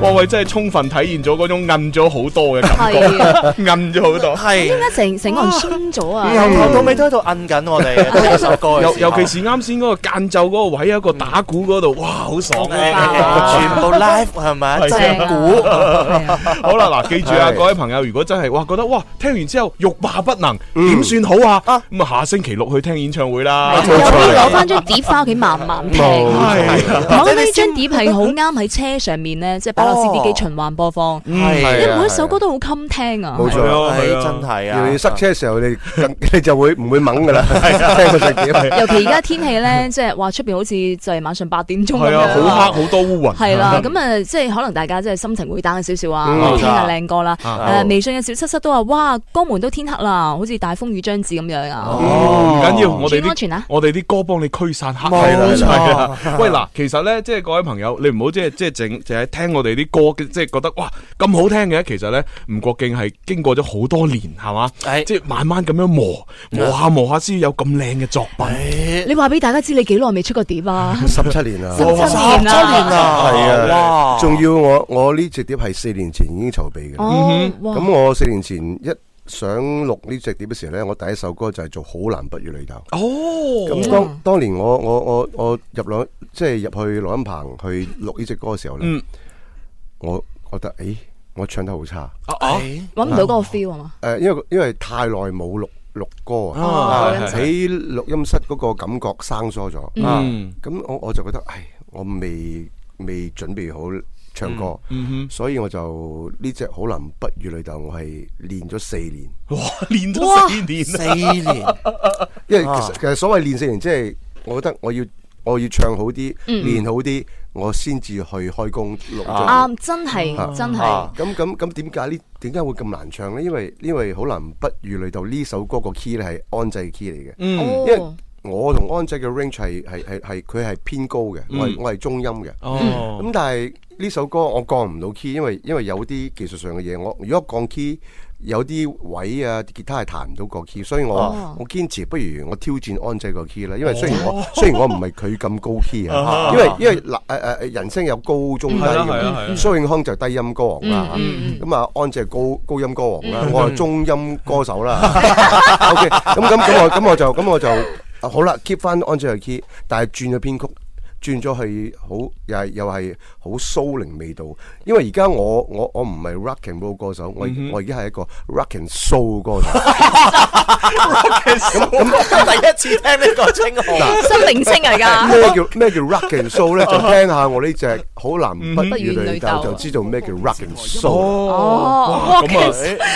[SPEAKER 1] 哇喂，真係充分體現咗嗰種摁咗好多嘅感覺，
[SPEAKER 3] 係 啊，
[SPEAKER 1] 摁咗好多。
[SPEAKER 2] 係
[SPEAKER 3] 點解成成個人鬆咗啊？
[SPEAKER 2] 由頭到尾都喺度摁緊我哋啊呢首歌嘅時候，
[SPEAKER 1] 尤尤其是啱先嗰個間奏嗰個位，一個打鼓嗰度，哇，好爽
[SPEAKER 2] 誒
[SPEAKER 1] 啊！
[SPEAKER 2] 全部 live 係咪？
[SPEAKER 1] 係
[SPEAKER 2] 真鼓
[SPEAKER 1] 好啦，嗱，記住啊，
[SPEAKER 4] 係
[SPEAKER 1] 各位朋友，如果真係哇覺得哇聽完之後欲罷不能，點算好啊？咁啊，下星期六去聽演唱會啦。
[SPEAKER 3] 又可以攞翻張碟翻屋企慢慢聽。
[SPEAKER 1] 係啊
[SPEAKER 3] 講呢張碟係好啱喺車上面咧，即係擺落 CD 機循環播放，因
[SPEAKER 4] 係
[SPEAKER 3] 為
[SPEAKER 4] 啊
[SPEAKER 3] 每一首歌都好襟聽啊。
[SPEAKER 4] 冇錯
[SPEAKER 2] 係
[SPEAKER 1] 係啊
[SPEAKER 2] 真係啊！
[SPEAKER 4] 要塞車嘅時候，你 更你就會唔會猛噶啦？聽佢食碟。
[SPEAKER 3] 尤其而家天氣咧，即係話出邊好似就係晚上八點鐘咁
[SPEAKER 1] 係
[SPEAKER 3] 樣
[SPEAKER 1] 啊，
[SPEAKER 3] 啊
[SPEAKER 1] 好黑好多烏雲。
[SPEAKER 3] 係啦，咁啊，即係可能大家即係心情會 down 少少啊
[SPEAKER 4] 嗯，
[SPEAKER 3] 聽下靚歌啦。
[SPEAKER 1] 啊
[SPEAKER 3] 誒，微信嘅小七七都話：哇，江門都天黑啦，好似大風雨將至咁樣啊！
[SPEAKER 1] 哦，唔緊要，我哋
[SPEAKER 3] 注意安全
[SPEAKER 1] 啲
[SPEAKER 3] 啊
[SPEAKER 1] 我哋啲歌幫你驅散黑
[SPEAKER 2] 冇
[SPEAKER 1] 暗
[SPEAKER 2] 錯
[SPEAKER 1] 係啦喂嗱，其實咧，即係各位朋友，你唔好即係即係整，淨係聽我哋啲歌，即係覺得哇咁好聽嘅。其實咧，吳國敬係經過咗好多年，係嘛
[SPEAKER 2] 係，啊
[SPEAKER 1] 即係慢慢咁樣磨磨下磨下，先有咁靚嘅作品。
[SPEAKER 3] 你話俾大家知你幾耐未出過碟啊？
[SPEAKER 4] 十七 年啦，
[SPEAKER 3] 哇
[SPEAKER 2] 十七年啊，
[SPEAKER 4] 係啊
[SPEAKER 1] 哦
[SPEAKER 2] 哇！
[SPEAKER 4] 仲要我我呢只碟係四年前已經籌備嘅。
[SPEAKER 3] 哦，哇
[SPEAKER 4] 咁我四年前一想錄呢只碟嘅時候咧，我第一首歌就係做《好男不與女鬥》。
[SPEAKER 1] 哦，
[SPEAKER 4] 咁當當年我我我我入兩即係入去錄音棚去錄呢只歌嘅時候咧
[SPEAKER 1] 嗯，
[SPEAKER 4] 我覺得誒我唱得好差。
[SPEAKER 1] 啊啊
[SPEAKER 3] 揾唔到嗰個 feel 啊嘛？
[SPEAKER 4] 誒，呃因為因為太耐冇錄錄歌
[SPEAKER 1] 啊
[SPEAKER 4] 啊，
[SPEAKER 1] 係係
[SPEAKER 4] 喺錄音室嗰個感覺生疏咗。啊
[SPEAKER 1] 嗯
[SPEAKER 4] 咁我我就覺得，唉，我未未準備好唱歌，
[SPEAKER 1] 嗯
[SPEAKER 4] 所以我就呢只好男不與女鬥，我係練咗四年。
[SPEAKER 1] 哼，哇，練咗四年啊
[SPEAKER 2] 四年
[SPEAKER 4] 因為其
[SPEAKER 2] 啊
[SPEAKER 4] 實其實所謂練四年，即係我覺得我要我要唱好啲，
[SPEAKER 1] 嗯
[SPEAKER 4] 練好啲，我先至去開工錄咗。
[SPEAKER 1] 啊
[SPEAKER 3] 啱，真係真係
[SPEAKER 2] 啊。
[SPEAKER 4] 咁咁咁點解呢？點解會咁難唱呢？因為因為好男不與女鬥呢首歌個 key 咧係安仔 key 嚟嘅。因為
[SPEAKER 3] 哦，
[SPEAKER 4] 我同安仔嘅 range 係係係係佢係偏高嘅，我係我係中音嘅。
[SPEAKER 1] 嗯哦，
[SPEAKER 4] 咁但係呢首歌我降唔到 key，因為因為有啲技術上嘅嘢，我如果降 key 有啲位啊，啲吉他係彈唔到個 key，所以我、
[SPEAKER 3] 哦
[SPEAKER 4] 我堅持不如我挑戰安仔個 key 啦，因
[SPEAKER 1] 哦
[SPEAKER 4] 為雖然我、雖然我唔係佢咁高 key 啊，因為因為嗱誒誒人聲有高中低
[SPEAKER 1] 嗯係啦係
[SPEAKER 4] 㗎
[SPEAKER 1] 啦啊
[SPEAKER 4] 嘛
[SPEAKER 1] 係啦，
[SPEAKER 4] 蘇永康就低音歌王啦
[SPEAKER 3] 嗯嗯嗯
[SPEAKER 4] 咁啊安仔係高高音歌王
[SPEAKER 1] 嗯
[SPEAKER 4] 啦，我係中音歌手啦。OK，咁咁咁我咁我就咁我就啊好啦，keep 翻安仔個 key，但係轉咗編曲。轉咗去好又係又係好蘇寧味道，因為而家我我我唔係 rock and roll 歌手，我
[SPEAKER 1] 嗯
[SPEAKER 4] 我而家係一個 rock and soul 歌手。
[SPEAKER 2] 第一次聽呢個稱號，
[SPEAKER 3] 新明星嚟噶，
[SPEAKER 4] 咩叫咩叫 rock and soul 咧？就聽下我呢只好男
[SPEAKER 1] 嗯
[SPEAKER 4] 不與女鬥，就知道咩叫 rock and soul。
[SPEAKER 3] 哦，
[SPEAKER 1] 咁啊，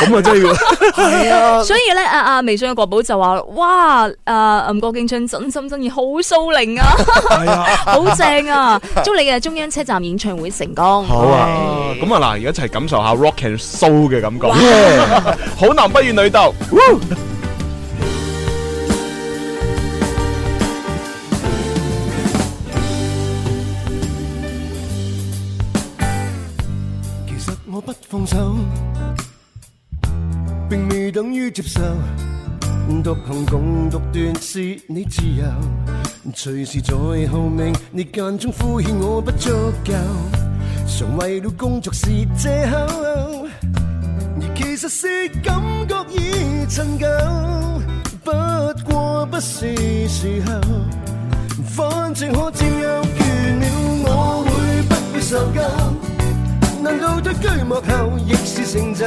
[SPEAKER 1] 咁啊真
[SPEAKER 2] 哦
[SPEAKER 1] 係要。
[SPEAKER 3] 所以咧，阿阿微信嘅國寶就話：，哇，阿吳國敬春真心真意好蘇寧啊， 好正啊！祝你嘅中央車站演唱會成功。
[SPEAKER 4] 好啊，
[SPEAKER 1] 啊咁啊嗱，而家一齊感受下 rock and soul 嘅感覺，好男不與女鬥。
[SPEAKER 6] 其實我不放手，並未等於接受。獨行共獨斷是你自由，隨時在候命，你間中敷衍我不足夠，常為了工作是借口。而其實是感覺已陳舊，不過不是時候。反正可佔有權了，我會不會受夠？能夠退居幕後亦是成就。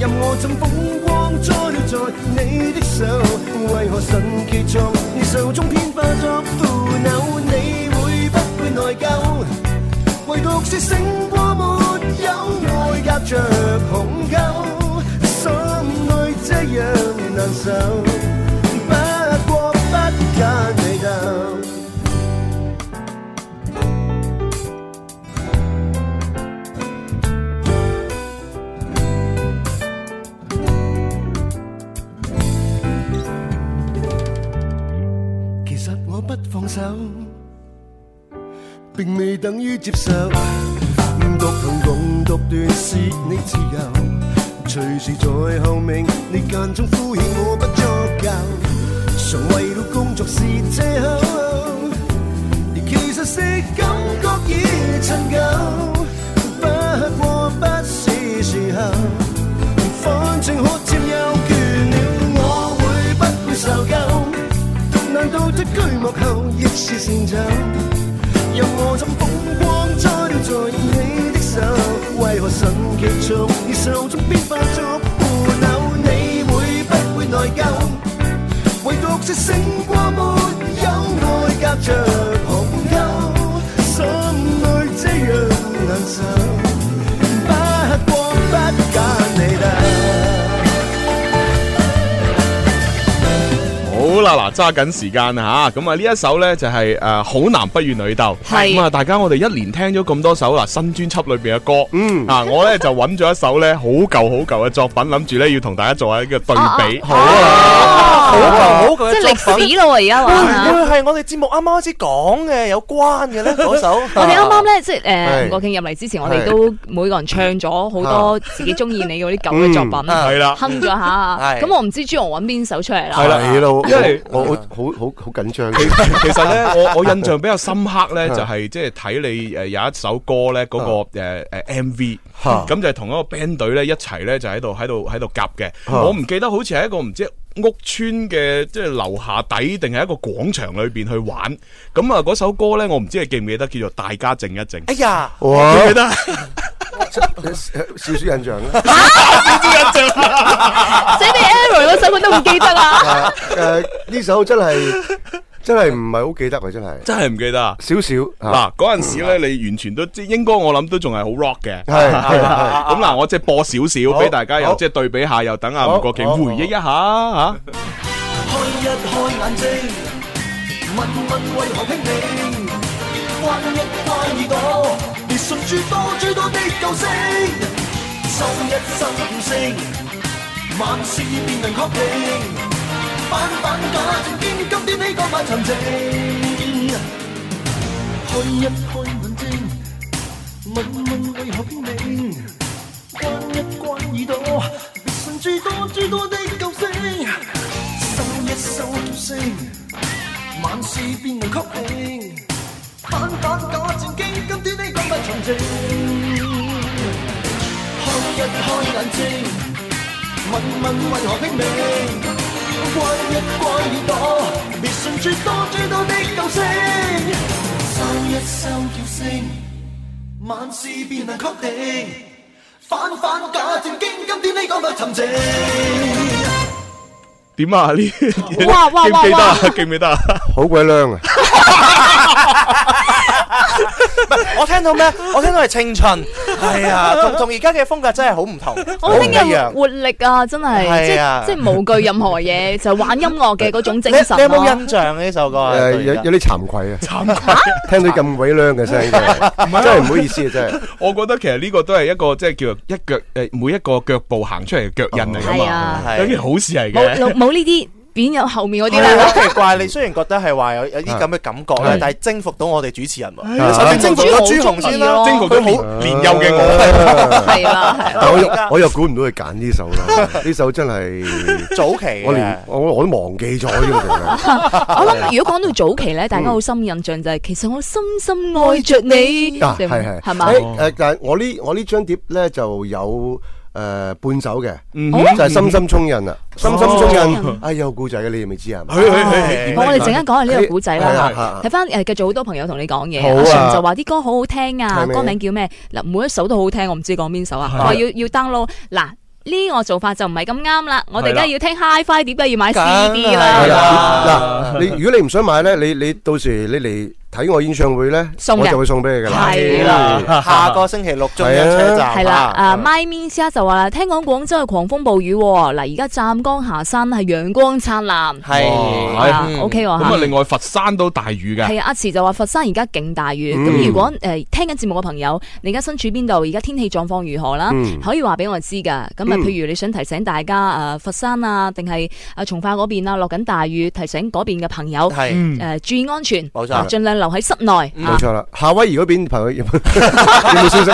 [SPEAKER 6] 任我怎風光栽了在你的手，為何神奇藏你手中偏化作腐朽？你會不會內疚？唯獨是勝過沒有，愛隔着鴻溝，心裏這樣難受。不過不假你鬥。其實我不放手，並未等於接受。獨行共獨斷是你自由，隨時在後命，你間中敷衍我不足夠，常為了工作是借口。而其實是感覺已陳舊，不過不是時候。反正可佔有權了，我會不會受夠？難道退居幕後亦是成就？任我怎風光栽了在你的手，為何神奇從你手中變化作腐朽？你會不會內疚？唯獨是勝過沒有愛隔着鴻溝，心裏這樣難受，不過不假你啦。
[SPEAKER 1] 好啦，嗱，揸緊時間啊吓，咁啊呢一首呢就係誒好男不與女鬥，
[SPEAKER 3] 係
[SPEAKER 1] 咁啊大家我哋一連聽咗咁多首嗱新專輯裏邊嘅歌，
[SPEAKER 4] 嗯
[SPEAKER 1] 啊我呢就揾咗一首呢好舊好舊嘅作品，諗住呢要同大家做下一個對比，好
[SPEAKER 2] 好
[SPEAKER 3] 啊，
[SPEAKER 2] 啊，好咁
[SPEAKER 3] 即係歷史咯，而家玩啊！
[SPEAKER 2] 會係我哋節目啱啱開始講嘅有關嘅咧嗰首。
[SPEAKER 3] 我哋啱啱咧，即係誒，
[SPEAKER 4] 係
[SPEAKER 3] 吳國敬入嚟之前，我哋都每個人唱咗好多自己中意你嗰啲舊嘅作品，
[SPEAKER 2] 嗯
[SPEAKER 1] 係啦，
[SPEAKER 3] 哼咗下。
[SPEAKER 2] 係
[SPEAKER 3] 咁我唔知朱紅揾邊首出嚟
[SPEAKER 1] 係
[SPEAKER 3] 啦。
[SPEAKER 1] 啦
[SPEAKER 4] 係咯，
[SPEAKER 1] 因為
[SPEAKER 4] 我我好好好緊張。
[SPEAKER 1] 其實 咧，我我印象比較深刻咧，就係即係睇你誒有一首歌咧，嗰個呃誒誒 MV，
[SPEAKER 4] 嚇
[SPEAKER 1] 咁就係同一個 band 隊咧一齊咧就喺度喺度喺度夾嘅。
[SPEAKER 4] 嚇
[SPEAKER 1] 我唔記得好似係一個唔知。屋村嘅即係樓下底定係一個廣場裏邊去玩，咁啊嗰首歌咧我唔知你記唔記得叫做大家靜一 靜，
[SPEAKER 2] 哎呀，
[SPEAKER 4] 哇！
[SPEAKER 1] 記唔記得？
[SPEAKER 4] 少少印象 啦。
[SPEAKER 3] 寫俾 Aaron 嗰首我都唔記得啦。
[SPEAKER 4] 啊誒呢首真係真係唔係好記得啊！真係
[SPEAKER 1] 真係唔記得啊！
[SPEAKER 4] 少少啊
[SPEAKER 1] 嗱嗰陣時咧，你完全都即應該我諗都仲係好 rock 嘅。
[SPEAKER 4] 係係係。
[SPEAKER 1] 咁嗱，我即係播少少
[SPEAKER 4] 好
[SPEAKER 1] 俾大家又
[SPEAKER 4] 好
[SPEAKER 1] 即係對比下，又等阿
[SPEAKER 4] 好
[SPEAKER 1] 吳國敬
[SPEAKER 4] 好
[SPEAKER 1] 回憶一下嚇。
[SPEAKER 6] 開一開眼睛，問問為何拼命？關一關耳朵，別信諸多諸多的救星，收一收五星，萬事變能確定，反反假正經，今天呢個晚沉靜。開一開眼睛，問問為何拼命？關一關耳朵，
[SPEAKER 5] 諸多諸多的救星，收一收叫聲，萬事變能給你，反反假戰機，今天呢個不從正，開一開眼睛，問問為何拼命。關一關耳朵，別信諸多諸多的救星，收一收叫聲，萬事便能確定，反反假正經，今天呢講法沉靜。
[SPEAKER 1] 点啊？呢
[SPEAKER 3] 哇哇
[SPEAKER 1] 记唔记得啊
[SPEAKER 3] 哇？
[SPEAKER 1] 记唔记得啊？
[SPEAKER 4] 好鬼靚啊！
[SPEAKER 2] 我聽到咩？我聽到係青春，係 啊，同同而家嘅風格真係好唔同，
[SPEAKER 3] 我聽
[SPEAKER 2] 好唔一樣
[SPEAKER 3] 嘅活力啊，真
[SPEAKER 2] 係
[SPEAKER 3] 係
[SPEAKER 2] 啊
[SPEAKER 3] 即即無懼任何嘢，就玩音樂嘅嗰種精
[SPEAKER 2] 你
[SPEAKER 3] 神啊
[SPEAKER 2] 你有冇
[SPEAKER 3] 咯。
[SPEAKER 2] 印象呢首歌啊？
[SPEAKER 4] 诶，
[SPEAKER 2] 到而
[SPEAKER 4] 有
[SPEAKER 2] 家
[SPEAKER 4] 有啲慚愧啊！慚愧， 聽到咁鬼靚嘅聲，真係 真係唔好意思啊！ 真係。
[SPEAKER 1] 我覺得其實呢個都係一個即係叫做一腳诶，每一個腳步行出嚟嘅腳印嚟噶
[SPEAKER 3] 係
[SPEAKER 1] 嘛，
[SPEAKER 3] 啊，
[SPEAKER 1] 有件好事嚟
[SPEAKER 3] 冇
[SPEAKER 1] 嘅。
[SPEAKER 3] 冇冇呢啲，邊有後面嗰啲
[SPEAKER 2] 係
[SPEAKER 3] 啦。
[SPEAKER 2] 好奇怪，你雖然覺得係話有有啲咁嘅感覺
[SPEAKER 4] 係
[SPEAKER 2] 咧，但係征服到我哋主持人喎。
[SPEAKER 4] 啊
[SPEAKER 2] 首先征服咗朱紅先啦，
[SPEAKER 1] 征服咗
[SPEAKER 2] 佢好
[SPEAKER 1] 年 年幼嘅
[SPEAKER 3] 啊
[SPEAKER 1] 我，
[SPEAKER 2] 啊
[SPEAKER 3] 係啦，係啊啦。
[SPEAKER 4] 但我又我又估唔到佢揀呢首啦，呢首真 係
[SPEAKER 2] 早期嘅
[SPEAKER 4] 我連我我都忘記咗呢 個定啦。
[SPEAKER 3] 我諗如果講到早期咧，大家好深印象就係其實我深深愛着
[SPEAKER 2] 嗯
[SPEAKER 3] 你，
[SPEAKER 4] 啊，
[SPEAKER 3] 係
[SPEAKER 4] 係係
[SPEAKER 3] 係嘛？
[SPEAKER 4] 誒誒，但係我呢我呢張碟咧就有誒半首嘅，
[SPEAKER 3] 好啊
[SPEAKER 4] 就係《深深衝印》啦，《深深衝 印
[SPEAKER 3] 哦》
[SPEAKER 4] 啊有故仔嘅，你哋未知係嘛？
[SPEAKER 1] 佢
[SPEAKER 3] 我哋陣間講下呢個古仔
[SPEAKER 4] 係
[SPEAKER 3] 啦
[SPEAKER 4] 係係。
[SPEAKER 3] 睇翻誒，繼續好多朋友同你講嘢，
[SPEAKER 4] 好啊
[SPEAKER 3] 阿常就話啲歌好好聽啊，
[SPEAKER 4] 係咩
[SPEAKER 3] 歌名叫咩？嗱，每一首都好聽，我唔知講邊首啊。我話要要 download 嗱。呢個做法就唔係咁啱啦，我哋而家要聽 HiFi 碟啦，要買 CD
[SPEAKER 2] 梗係
[SPEAKER 3] 啦。
[SPEAKER 4] 係啦，嗱，你如果你唔想買咧，你你到時你嚟睇我演唱會咧，
[SPEAKER 3] 送嘅
[SPEAKER 4] 我就會送俾你㗎啦。
[SPEAKER 3] 係
[SPEAKER 2] 啦，下個星期六中央車站
[SPEAKER 3] 係啦，啊
[SPEAKER 2] 啊
[SPEAKER 3] My m i n s 就話啦，聽講廣州係狂風暴雨喎，嗱而家湛江下山係陽光燦爛，
[SPEAKER 2] 係
[SPEAKER 1] 哇
[SPEAKER 3] 啊 OK 喎
[SPEAKER 1] 咁
[SPEAKER 3] 嚇
[SPEAKER 1] 啊，另外佛山都大雨嘅，
[SPEAKER 3] 係啊，阿慈就話佛山而家勁大雨，咁、如果誒、呃、聽緊節目嘅朋友，你而家身處邊度，而家天氣狀況如何啦，可以話俾我哋知㗎。咁啊，譬如你想提醒大家誒、呃佛山啊，定係啊從化嗰邊啊落緊大雨，提醒嗰邊嘅朋友誒、
[SPEAKER 2] 係
[SPEAKER 3] 呃注意安全，
[SPEAKER 2] 冇錯
[SPEAKER 3] 啊盡量留喺室內
[SPEAKER 4] 冇
[SPEAKER 3] 啊。
[SPEAKER 4] 錯啦，夏威夷嗰邊朋友有冇有冇消息？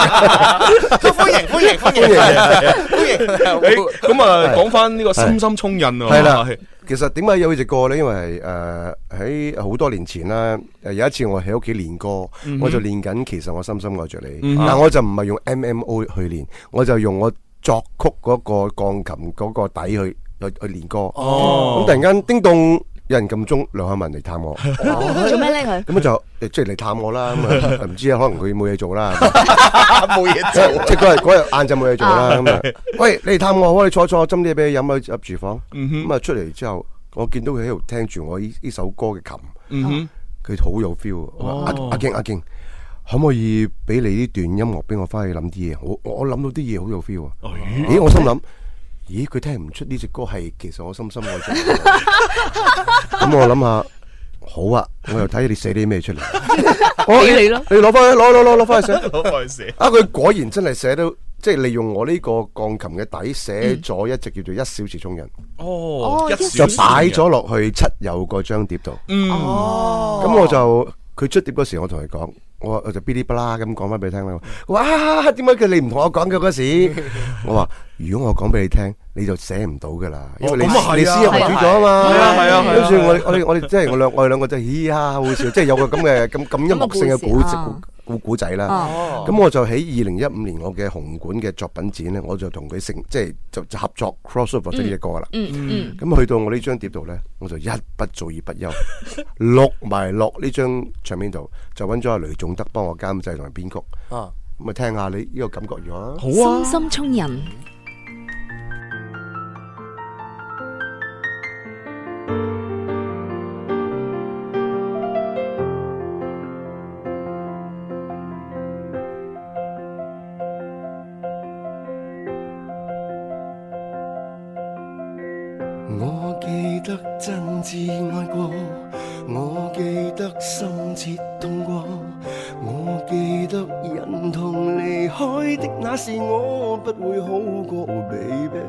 [SPEAKER 2] 歡迎歡迎歡迎
[SPEAKER 1] 誒
[SPEAKER 2] 歡迎，
[SPEAKER 1] 咁啊，講翻呢個深深沖印啊，
[SPEAKER 4] 係啦其實點解有呢隻歌呢？因為誒喺好多年前啦，誒有一次我喺屋企練歌，我就練緊。其實我深深愛着你，但我就唔係用 MMO 去練，我就用我作曲嗰個鋼琴嗰個底去去去練歌。咁
[SPEAKER 1] 哦
[SPEAKER 4] 突，然間叮咚，有人撳鐘，梁漢文嚟探我，咁
[SPEAKER 3] 做咩咧 佢？
[SPEAKER 4] 我啊就誒即係嚟探我啦。咁 啊唔知啊，可能佢冇嘢做啦。
[SPEAKER 2] 冇嘢啊
[SPEAKER 4] 即係即係嗰日嗰日晏晝冇嘢做啦，咁啊，喂，你嚟探我，我哋坐坐，斟啲嘢俾你飲啊，入廚房，
[SPEAKER 1] 嗯
[SPEAKER 4] 咁啊出嚟之後，我見到佢喺度聽住我呢呢首歌嘅琴，
[SPEAKER 1] 嗯哼，哦
[SPEAKER 4] 佢好有 feel 喎。我話阿阿敬阿敬，可唔可以俾你呢段音樂俾我翻去諗啲嘢？我我我諗到啲嘢好有 feel 啊！
[SPEAKER 1] 哎
[SPEAKER 4] 咦，我心諗。咦，佢聽唔出呢只歌係其實我深深愛着 你。咁我諗下，好啊，我又睇你寫啲 咩出嚟。我話
[SPEAKER 3] 俾你咯
[SPEAKER 4] 你攞翻去，攞攞攞攞翻 去寫。
[SPEAKER 1] 好快事。
[SPEAKER 4] 啊！佢果然真係寫到，即係利用我呢個鋼琴嘅底寫咗一隻叫做一小時中人，
[SPEAKER 1] 哦
[SPEAKER 3] 哦，
[SPEAKER 1] 一
[SPEAKER 3] 一
[SPEAKER 1] 小
[SPEAKER 4] 就
[SPEAKER 1] 時
[SPEAKER 4] 擺咗落去七友嗰張碟度。
[SPEAKER 1] 嗯，
[SPEAKER 4] 咁我就佢出碟嗰時，我同佢講，我話我就噼里啪啦咁講翻俾佢聽啦。我話啊，點解佢你唔同我講嘅 嗰時？我話如果我講俾你聽，你就寫唔到㗎啦，因為你
[SPEAKER 1] 哦咁啊係啊
[SPEAKER 4] 你先入為主咗啊嘛。
[SPEAKER 1] 係啊係啊係啊
[SPEAKER 4] 跟住我哋我哋我哋即係我兩我哋兩個真係嘻哈好笑，即係有個咁嘅咁咁音樂性嘅
[SPEAKER 3] 咁嘅故
[SPEAKER 4] 古
[SPEAKER 3] 事啊
[SPEAKER 4] 古古古仔啦。
[SPEAKER 3] 哦
[SPEAKER 4] 咁我就喺二零一五年我嘅紅館嘅作品展呢，我就同佢成即係就就合作 crossover 咗呢只歌啦。
[SPEAKER 3] 嗯嗯，
[SPEAKER 4] 咁去到我呢張碟度呢，我就一不做二不休，錄埋落呢張唱片度，就揾咗阿雷仲德幫我監製同埋編曲。
[SPEAKER 2] 啊
[SPEAKER 4] 咁啊，聽下你呢個感覺如何啊？
[SPEAKER 1] 好啊
[SPEAKER 3] 深。深衝人，
[SPEAKER 5] 我記得真摯愛過，我記得深切痛過，我記得忍痛離開的那是我，不會好過，baby。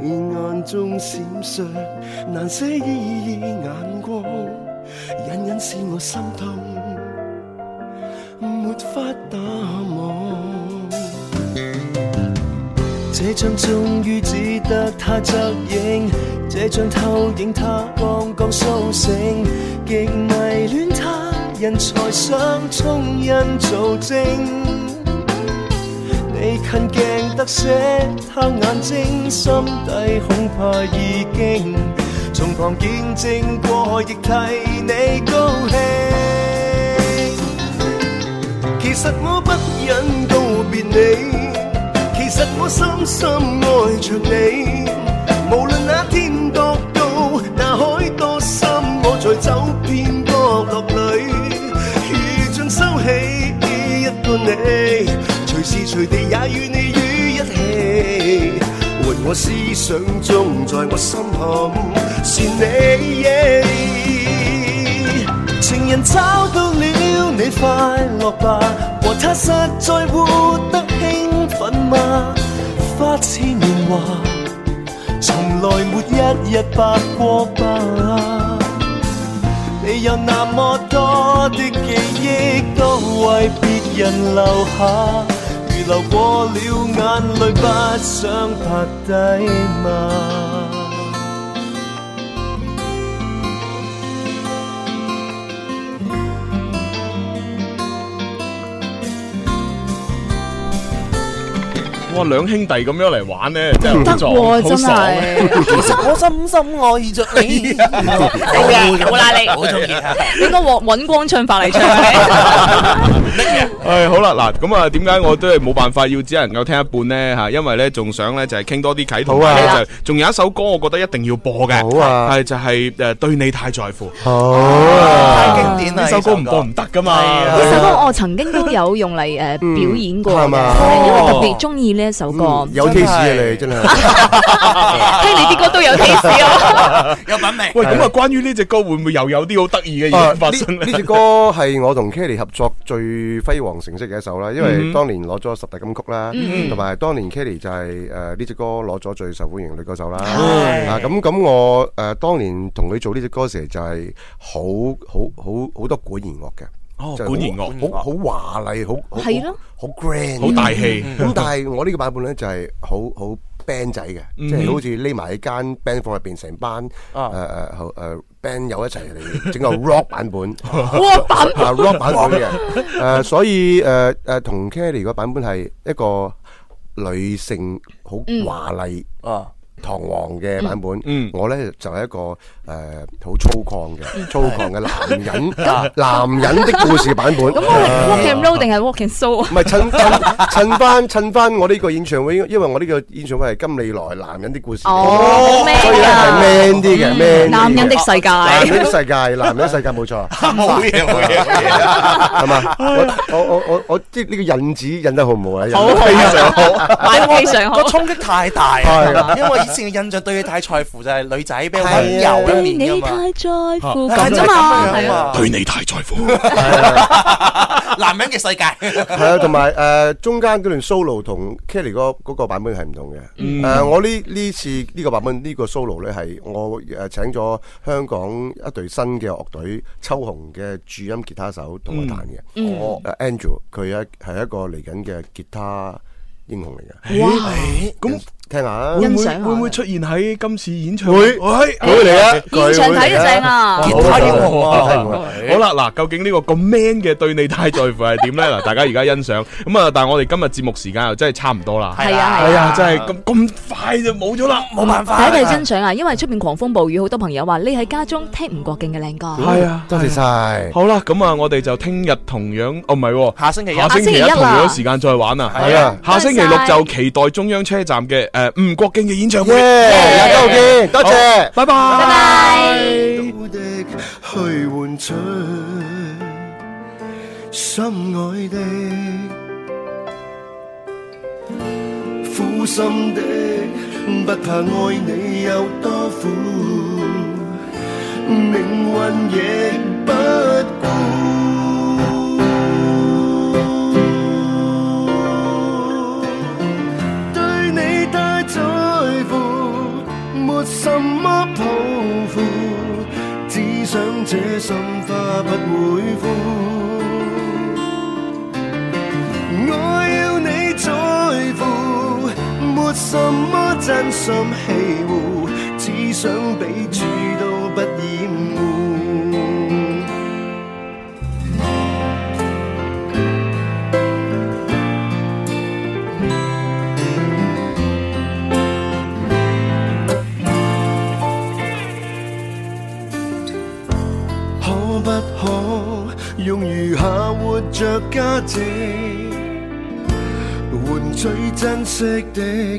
[SPEAKER 5] 你眼中閃爍難捨依依眼光，隱隱使我心痛，沒法打網。这張終於只得他側影，這張偷影他剛剛甦醒，極迷戀他，人才相沖因做證。你近鏡得些，他眼睛心底恐怕已經從旁見證過，亦替你高興。其實我不忍告別你，其實我深深愛着你。無論那天角度，那海多深，我在走遍角落裏，如像收起一個你，隨時隨地也與你於一起。活我思想中，在我心坎是你。情人找到了你快樂吧，和他實在活得興奮嗎？花痴年華，從來沒一日白過吧。你有那麼多的記憶，都為別人留下，如流過了眼淚，不想拍低嗎？
[SPEAKER 1] 哇，兩兄弟咁樣嚟玩咧，真係
[SPEAKER 3] 得
[SPEAKER 1] 好
[SPEAKER 3] 喎，
[SPEAKER 1] 爽，好
[SPEAKER 3] 真
[SPEAKER 1] 爽啊。
[SPEAKER 3] 係。
[SPEAKER 2] 我深深愛着你，
[SPEAKER 3] 好啦好啦，你
[SPEAKER 2] 好中意啊！
[SPEAKER 3] 你應該揾揾光唱法嚟唱嘅。
[SPEAKER 1] 诶，好啦，嗱，咁啊，點解我都係冇辦法要只能夠聽一半咧吓？因為咧，仲想咧就係傾多啲偈，同
[SPEAKER 4] 好啊
[SPEAKER 1] 埋咧就仲有一首歌，我覺得一定要播嘅，
[SPEAKER 4] 好啊
[SPEAKER 1] 係就係诶對你太在乎
[SPEAKER 2] 太經典啦！
[SPEAKER 1] 呢首歌唔播唔得噶嘛，
[SPEAKER 2] 係啊
[SPEAKER 3] 呢首歌我曾經都有用嚟誒表演過
[SPEAKER 4] 嗯係
[SPEAKER 3] 嘅，
[SPEAKER 4] 嘛
[SPEAKER 3] 係因為特別中意呢一首歌。
[SPEAKER 4] 嗯有
[SPEAKER 2] 真係
[SPEAKER 4] taste 啊你真係。
[SPEAKER 3] 聽你啲歌都有 taste 啊！
[SPEAKER 2] 有品味。
[SPEAKER 1] 喂，咁啊，關於呢只歌會唔會又有啲好得意嘅
[SPEAKER 4] 啊
[SPEAKER 1] 嘢發
[SPEAKER 4] 呢
[SPEAKER 1] 生
[SPEAKER 4] 呢
[SPEAKER 1] 咧？
[SPEAKER 4] 隻歌係我同 Kelly 合作最輝煌成績嘅一首啦，因為當年攞咗十大金曲啦，同埋當年 Kelly 就係誒呢隻歌攞咗最受歡迎女歌手啦。
[SPEAKER 2] 係
[SPEAKER 4] 啊咁咁我誒當年同佢做呢隻歌時就係好好好好多管弦樂嘅。
[SPEAKER 1] 哦
[SPEAKER 4] 就係好
[SPEAKER 1] 管弦樂
[SPEAKER 4] 好好華麗，好好
[SPEAKER 3] 係咯
[SPEAKER 4] 好好 grand，
[SPEAKER 1] 好大氣
[SPEAKER 4] 咁但係我呢個版本咧就係好好 band 仔嘅，
[SPEAKER 1] 嗯
[SPEAKER 4] 即係好似匿埋喺間 band 房入邊，成班
[SPEAKER 1] 啊
[SPEAKER 4] 呃誒誒後誒 band 友一齊嚟 整個 rock 版本，
[SPEAKER 3] 哇，版
[SPEAKER 4] 啊 rock 版本嘅，誒所以誒誒同 Kelly 個版本係一個女性好
[SPEAKER 3] 嗯
[SPEAKER 4] 華麗。
[SPEAKER 2] 啊，
[SPEAKER 4] 堂皇嘅版本，
[SPEAKER 1] 嗯
[SPEAKER 4] 我咧就係一個誒呃好粗犷嘅粗犷嘅男人，
[SPEAKER 1] 啊
[SPEAKER 4] 男人的故事版本。
[SPEAKER 3] 咁我係 walk and roll 定係 walk and soul 啊？
[SPEAKER 4] 唔係趁 趁趁翻趁翻我呢個演唱會，因為我呢個演唱會係金利來男人的故事嚟嘅，
[SPEAKER 3] 哦
[SPEAKER 4] 所以咧係
[SPEAKER 3] ，man 啊！
[SPEAKER 4] man 啲嘅 man 啲嘅
[SPEAKER 3] 男人的世界，
[SPEAKER 4] 男人的世界，男人的世界 冇錯，
[SPEAKER 2] 冇嘢冇嘢冇嘢。
[SPEAKER 4] 係嘛？我我我我我即係呢個引子引得好唔好啊？
[SPEAKER 3] 好
[SPEAKER 4] 引得
[SPEAKER 3] 非常好，玩 非常好
[SPEAKER 2] 個。衝擊太大
[SPEAKER 4] 係
[SPEAKER 2] 啊！因為以前嘅印象對你太在乎就係女仔比較温柔一
[SPEAKER 3] 對
[SPEAKER 2] 面
[SPEAKER 3] 你
[SPEAKER 2] 噶嘛，
[SPEAKER 3] 太在乎
[SPEAKER 2] 係
[SPEAKER 3] 咁啫嘛，
[SPEAKER 2] 係
[SPEAKER 3] 係啊。
[SPEAKER 1] 對你太在乎，
[SPEAKER 2] 男人嘅世界。
[SPEAKER 4] 係啊，同埋誒中間嗰段 solo 同 Kelly 嗰嗰個版本係唔同嘅。誒、呃我呢呢次呢個版本呢、個 solo 咧係我誒請咗香港一隊新嘅樂隊秋紅嘅主音吉他手同我彈嘅。我、誒 Andrew 佢一係一個嚟緊嘅吉他英雄嚟嘅。
[SPEAKER 3] 哇！
[SPEAKER 1] 咁
[SPEAKER 4] 聽下啊，
[SPEAKER 1] 會
[SPEAKER 3] 欣
[SPEAKER 1] 唔會
[SPEAKER 3] 賞下
[SPEAKER 1] 會唔會出現喺今次演唱會？喂
[SPEAKER 4] 佢嚟啊，
[SPEAKER 3] 現場睇就正啊！
[SPEAKER 2] 吉他英雄啊
[SPEAKER 4] 吉他英雄啊
[SPEAKER 1] 好啦，嗱，究竟呢個咁 man 嘅對你太在乎係點咧？嗱，大家而家欣賞咁啊，但係我哋今日節目時間又真係差唔多啦。
[SPEAKER 3] 係啊
[SPEAKER 1] 係啊，真係咁咁快就冇咗啦。
[SPEAKER 2] 冇辦法。
[SPEAKER 3] 第一係欣賞啊，因為出面狂風暴雨，好多朋友話匿喺家中聽吳國敬嘅靚歌。
[SPEAKER 1] 係啊，
[SPEAKER 4] 多謝晒。
[SPEAKER 1] 好啦，咁啊，我哋就聽日同樣，哦唔係喎，
[SPEAKER 2] 下星期一
[SPEAKER 1] 下星期一同樣時間再玩啊。
[SPEAKER 4] 係啊，
[SPEAKER 1] 下星期
[SPEAKER 3] 拜
[SPEAKER 1] 六
[SPEAKER 3] 拜
[SPEAKER 1] 就期待中央車站嘅誒吳國敬嘅演唱會。
[SPEAKER 4] 耶！有機多謝。
[SPEAKER 1] 拜拜。拜拜
[SPEAKER 5] 到的去換取心愛的，苦心的不怕愛你有多苦，命運亦不顧。對你太在乎，沒什麼抱負，只想這心花不會枯。我要你在乎，沒沒什麼真心欺護，只想彼此都不厭惡。可不可用餘下活着價值，換取珍惜的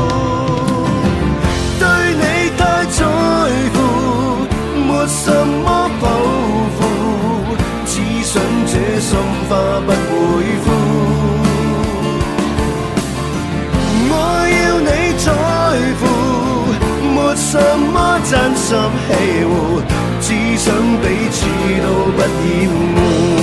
[SPEAKER 5] 顧。對你太在乎，沒什麼抱負，只想這心花不會枯。我要你在乎，沒什麼真心欺負，只想彼此都不厭惡。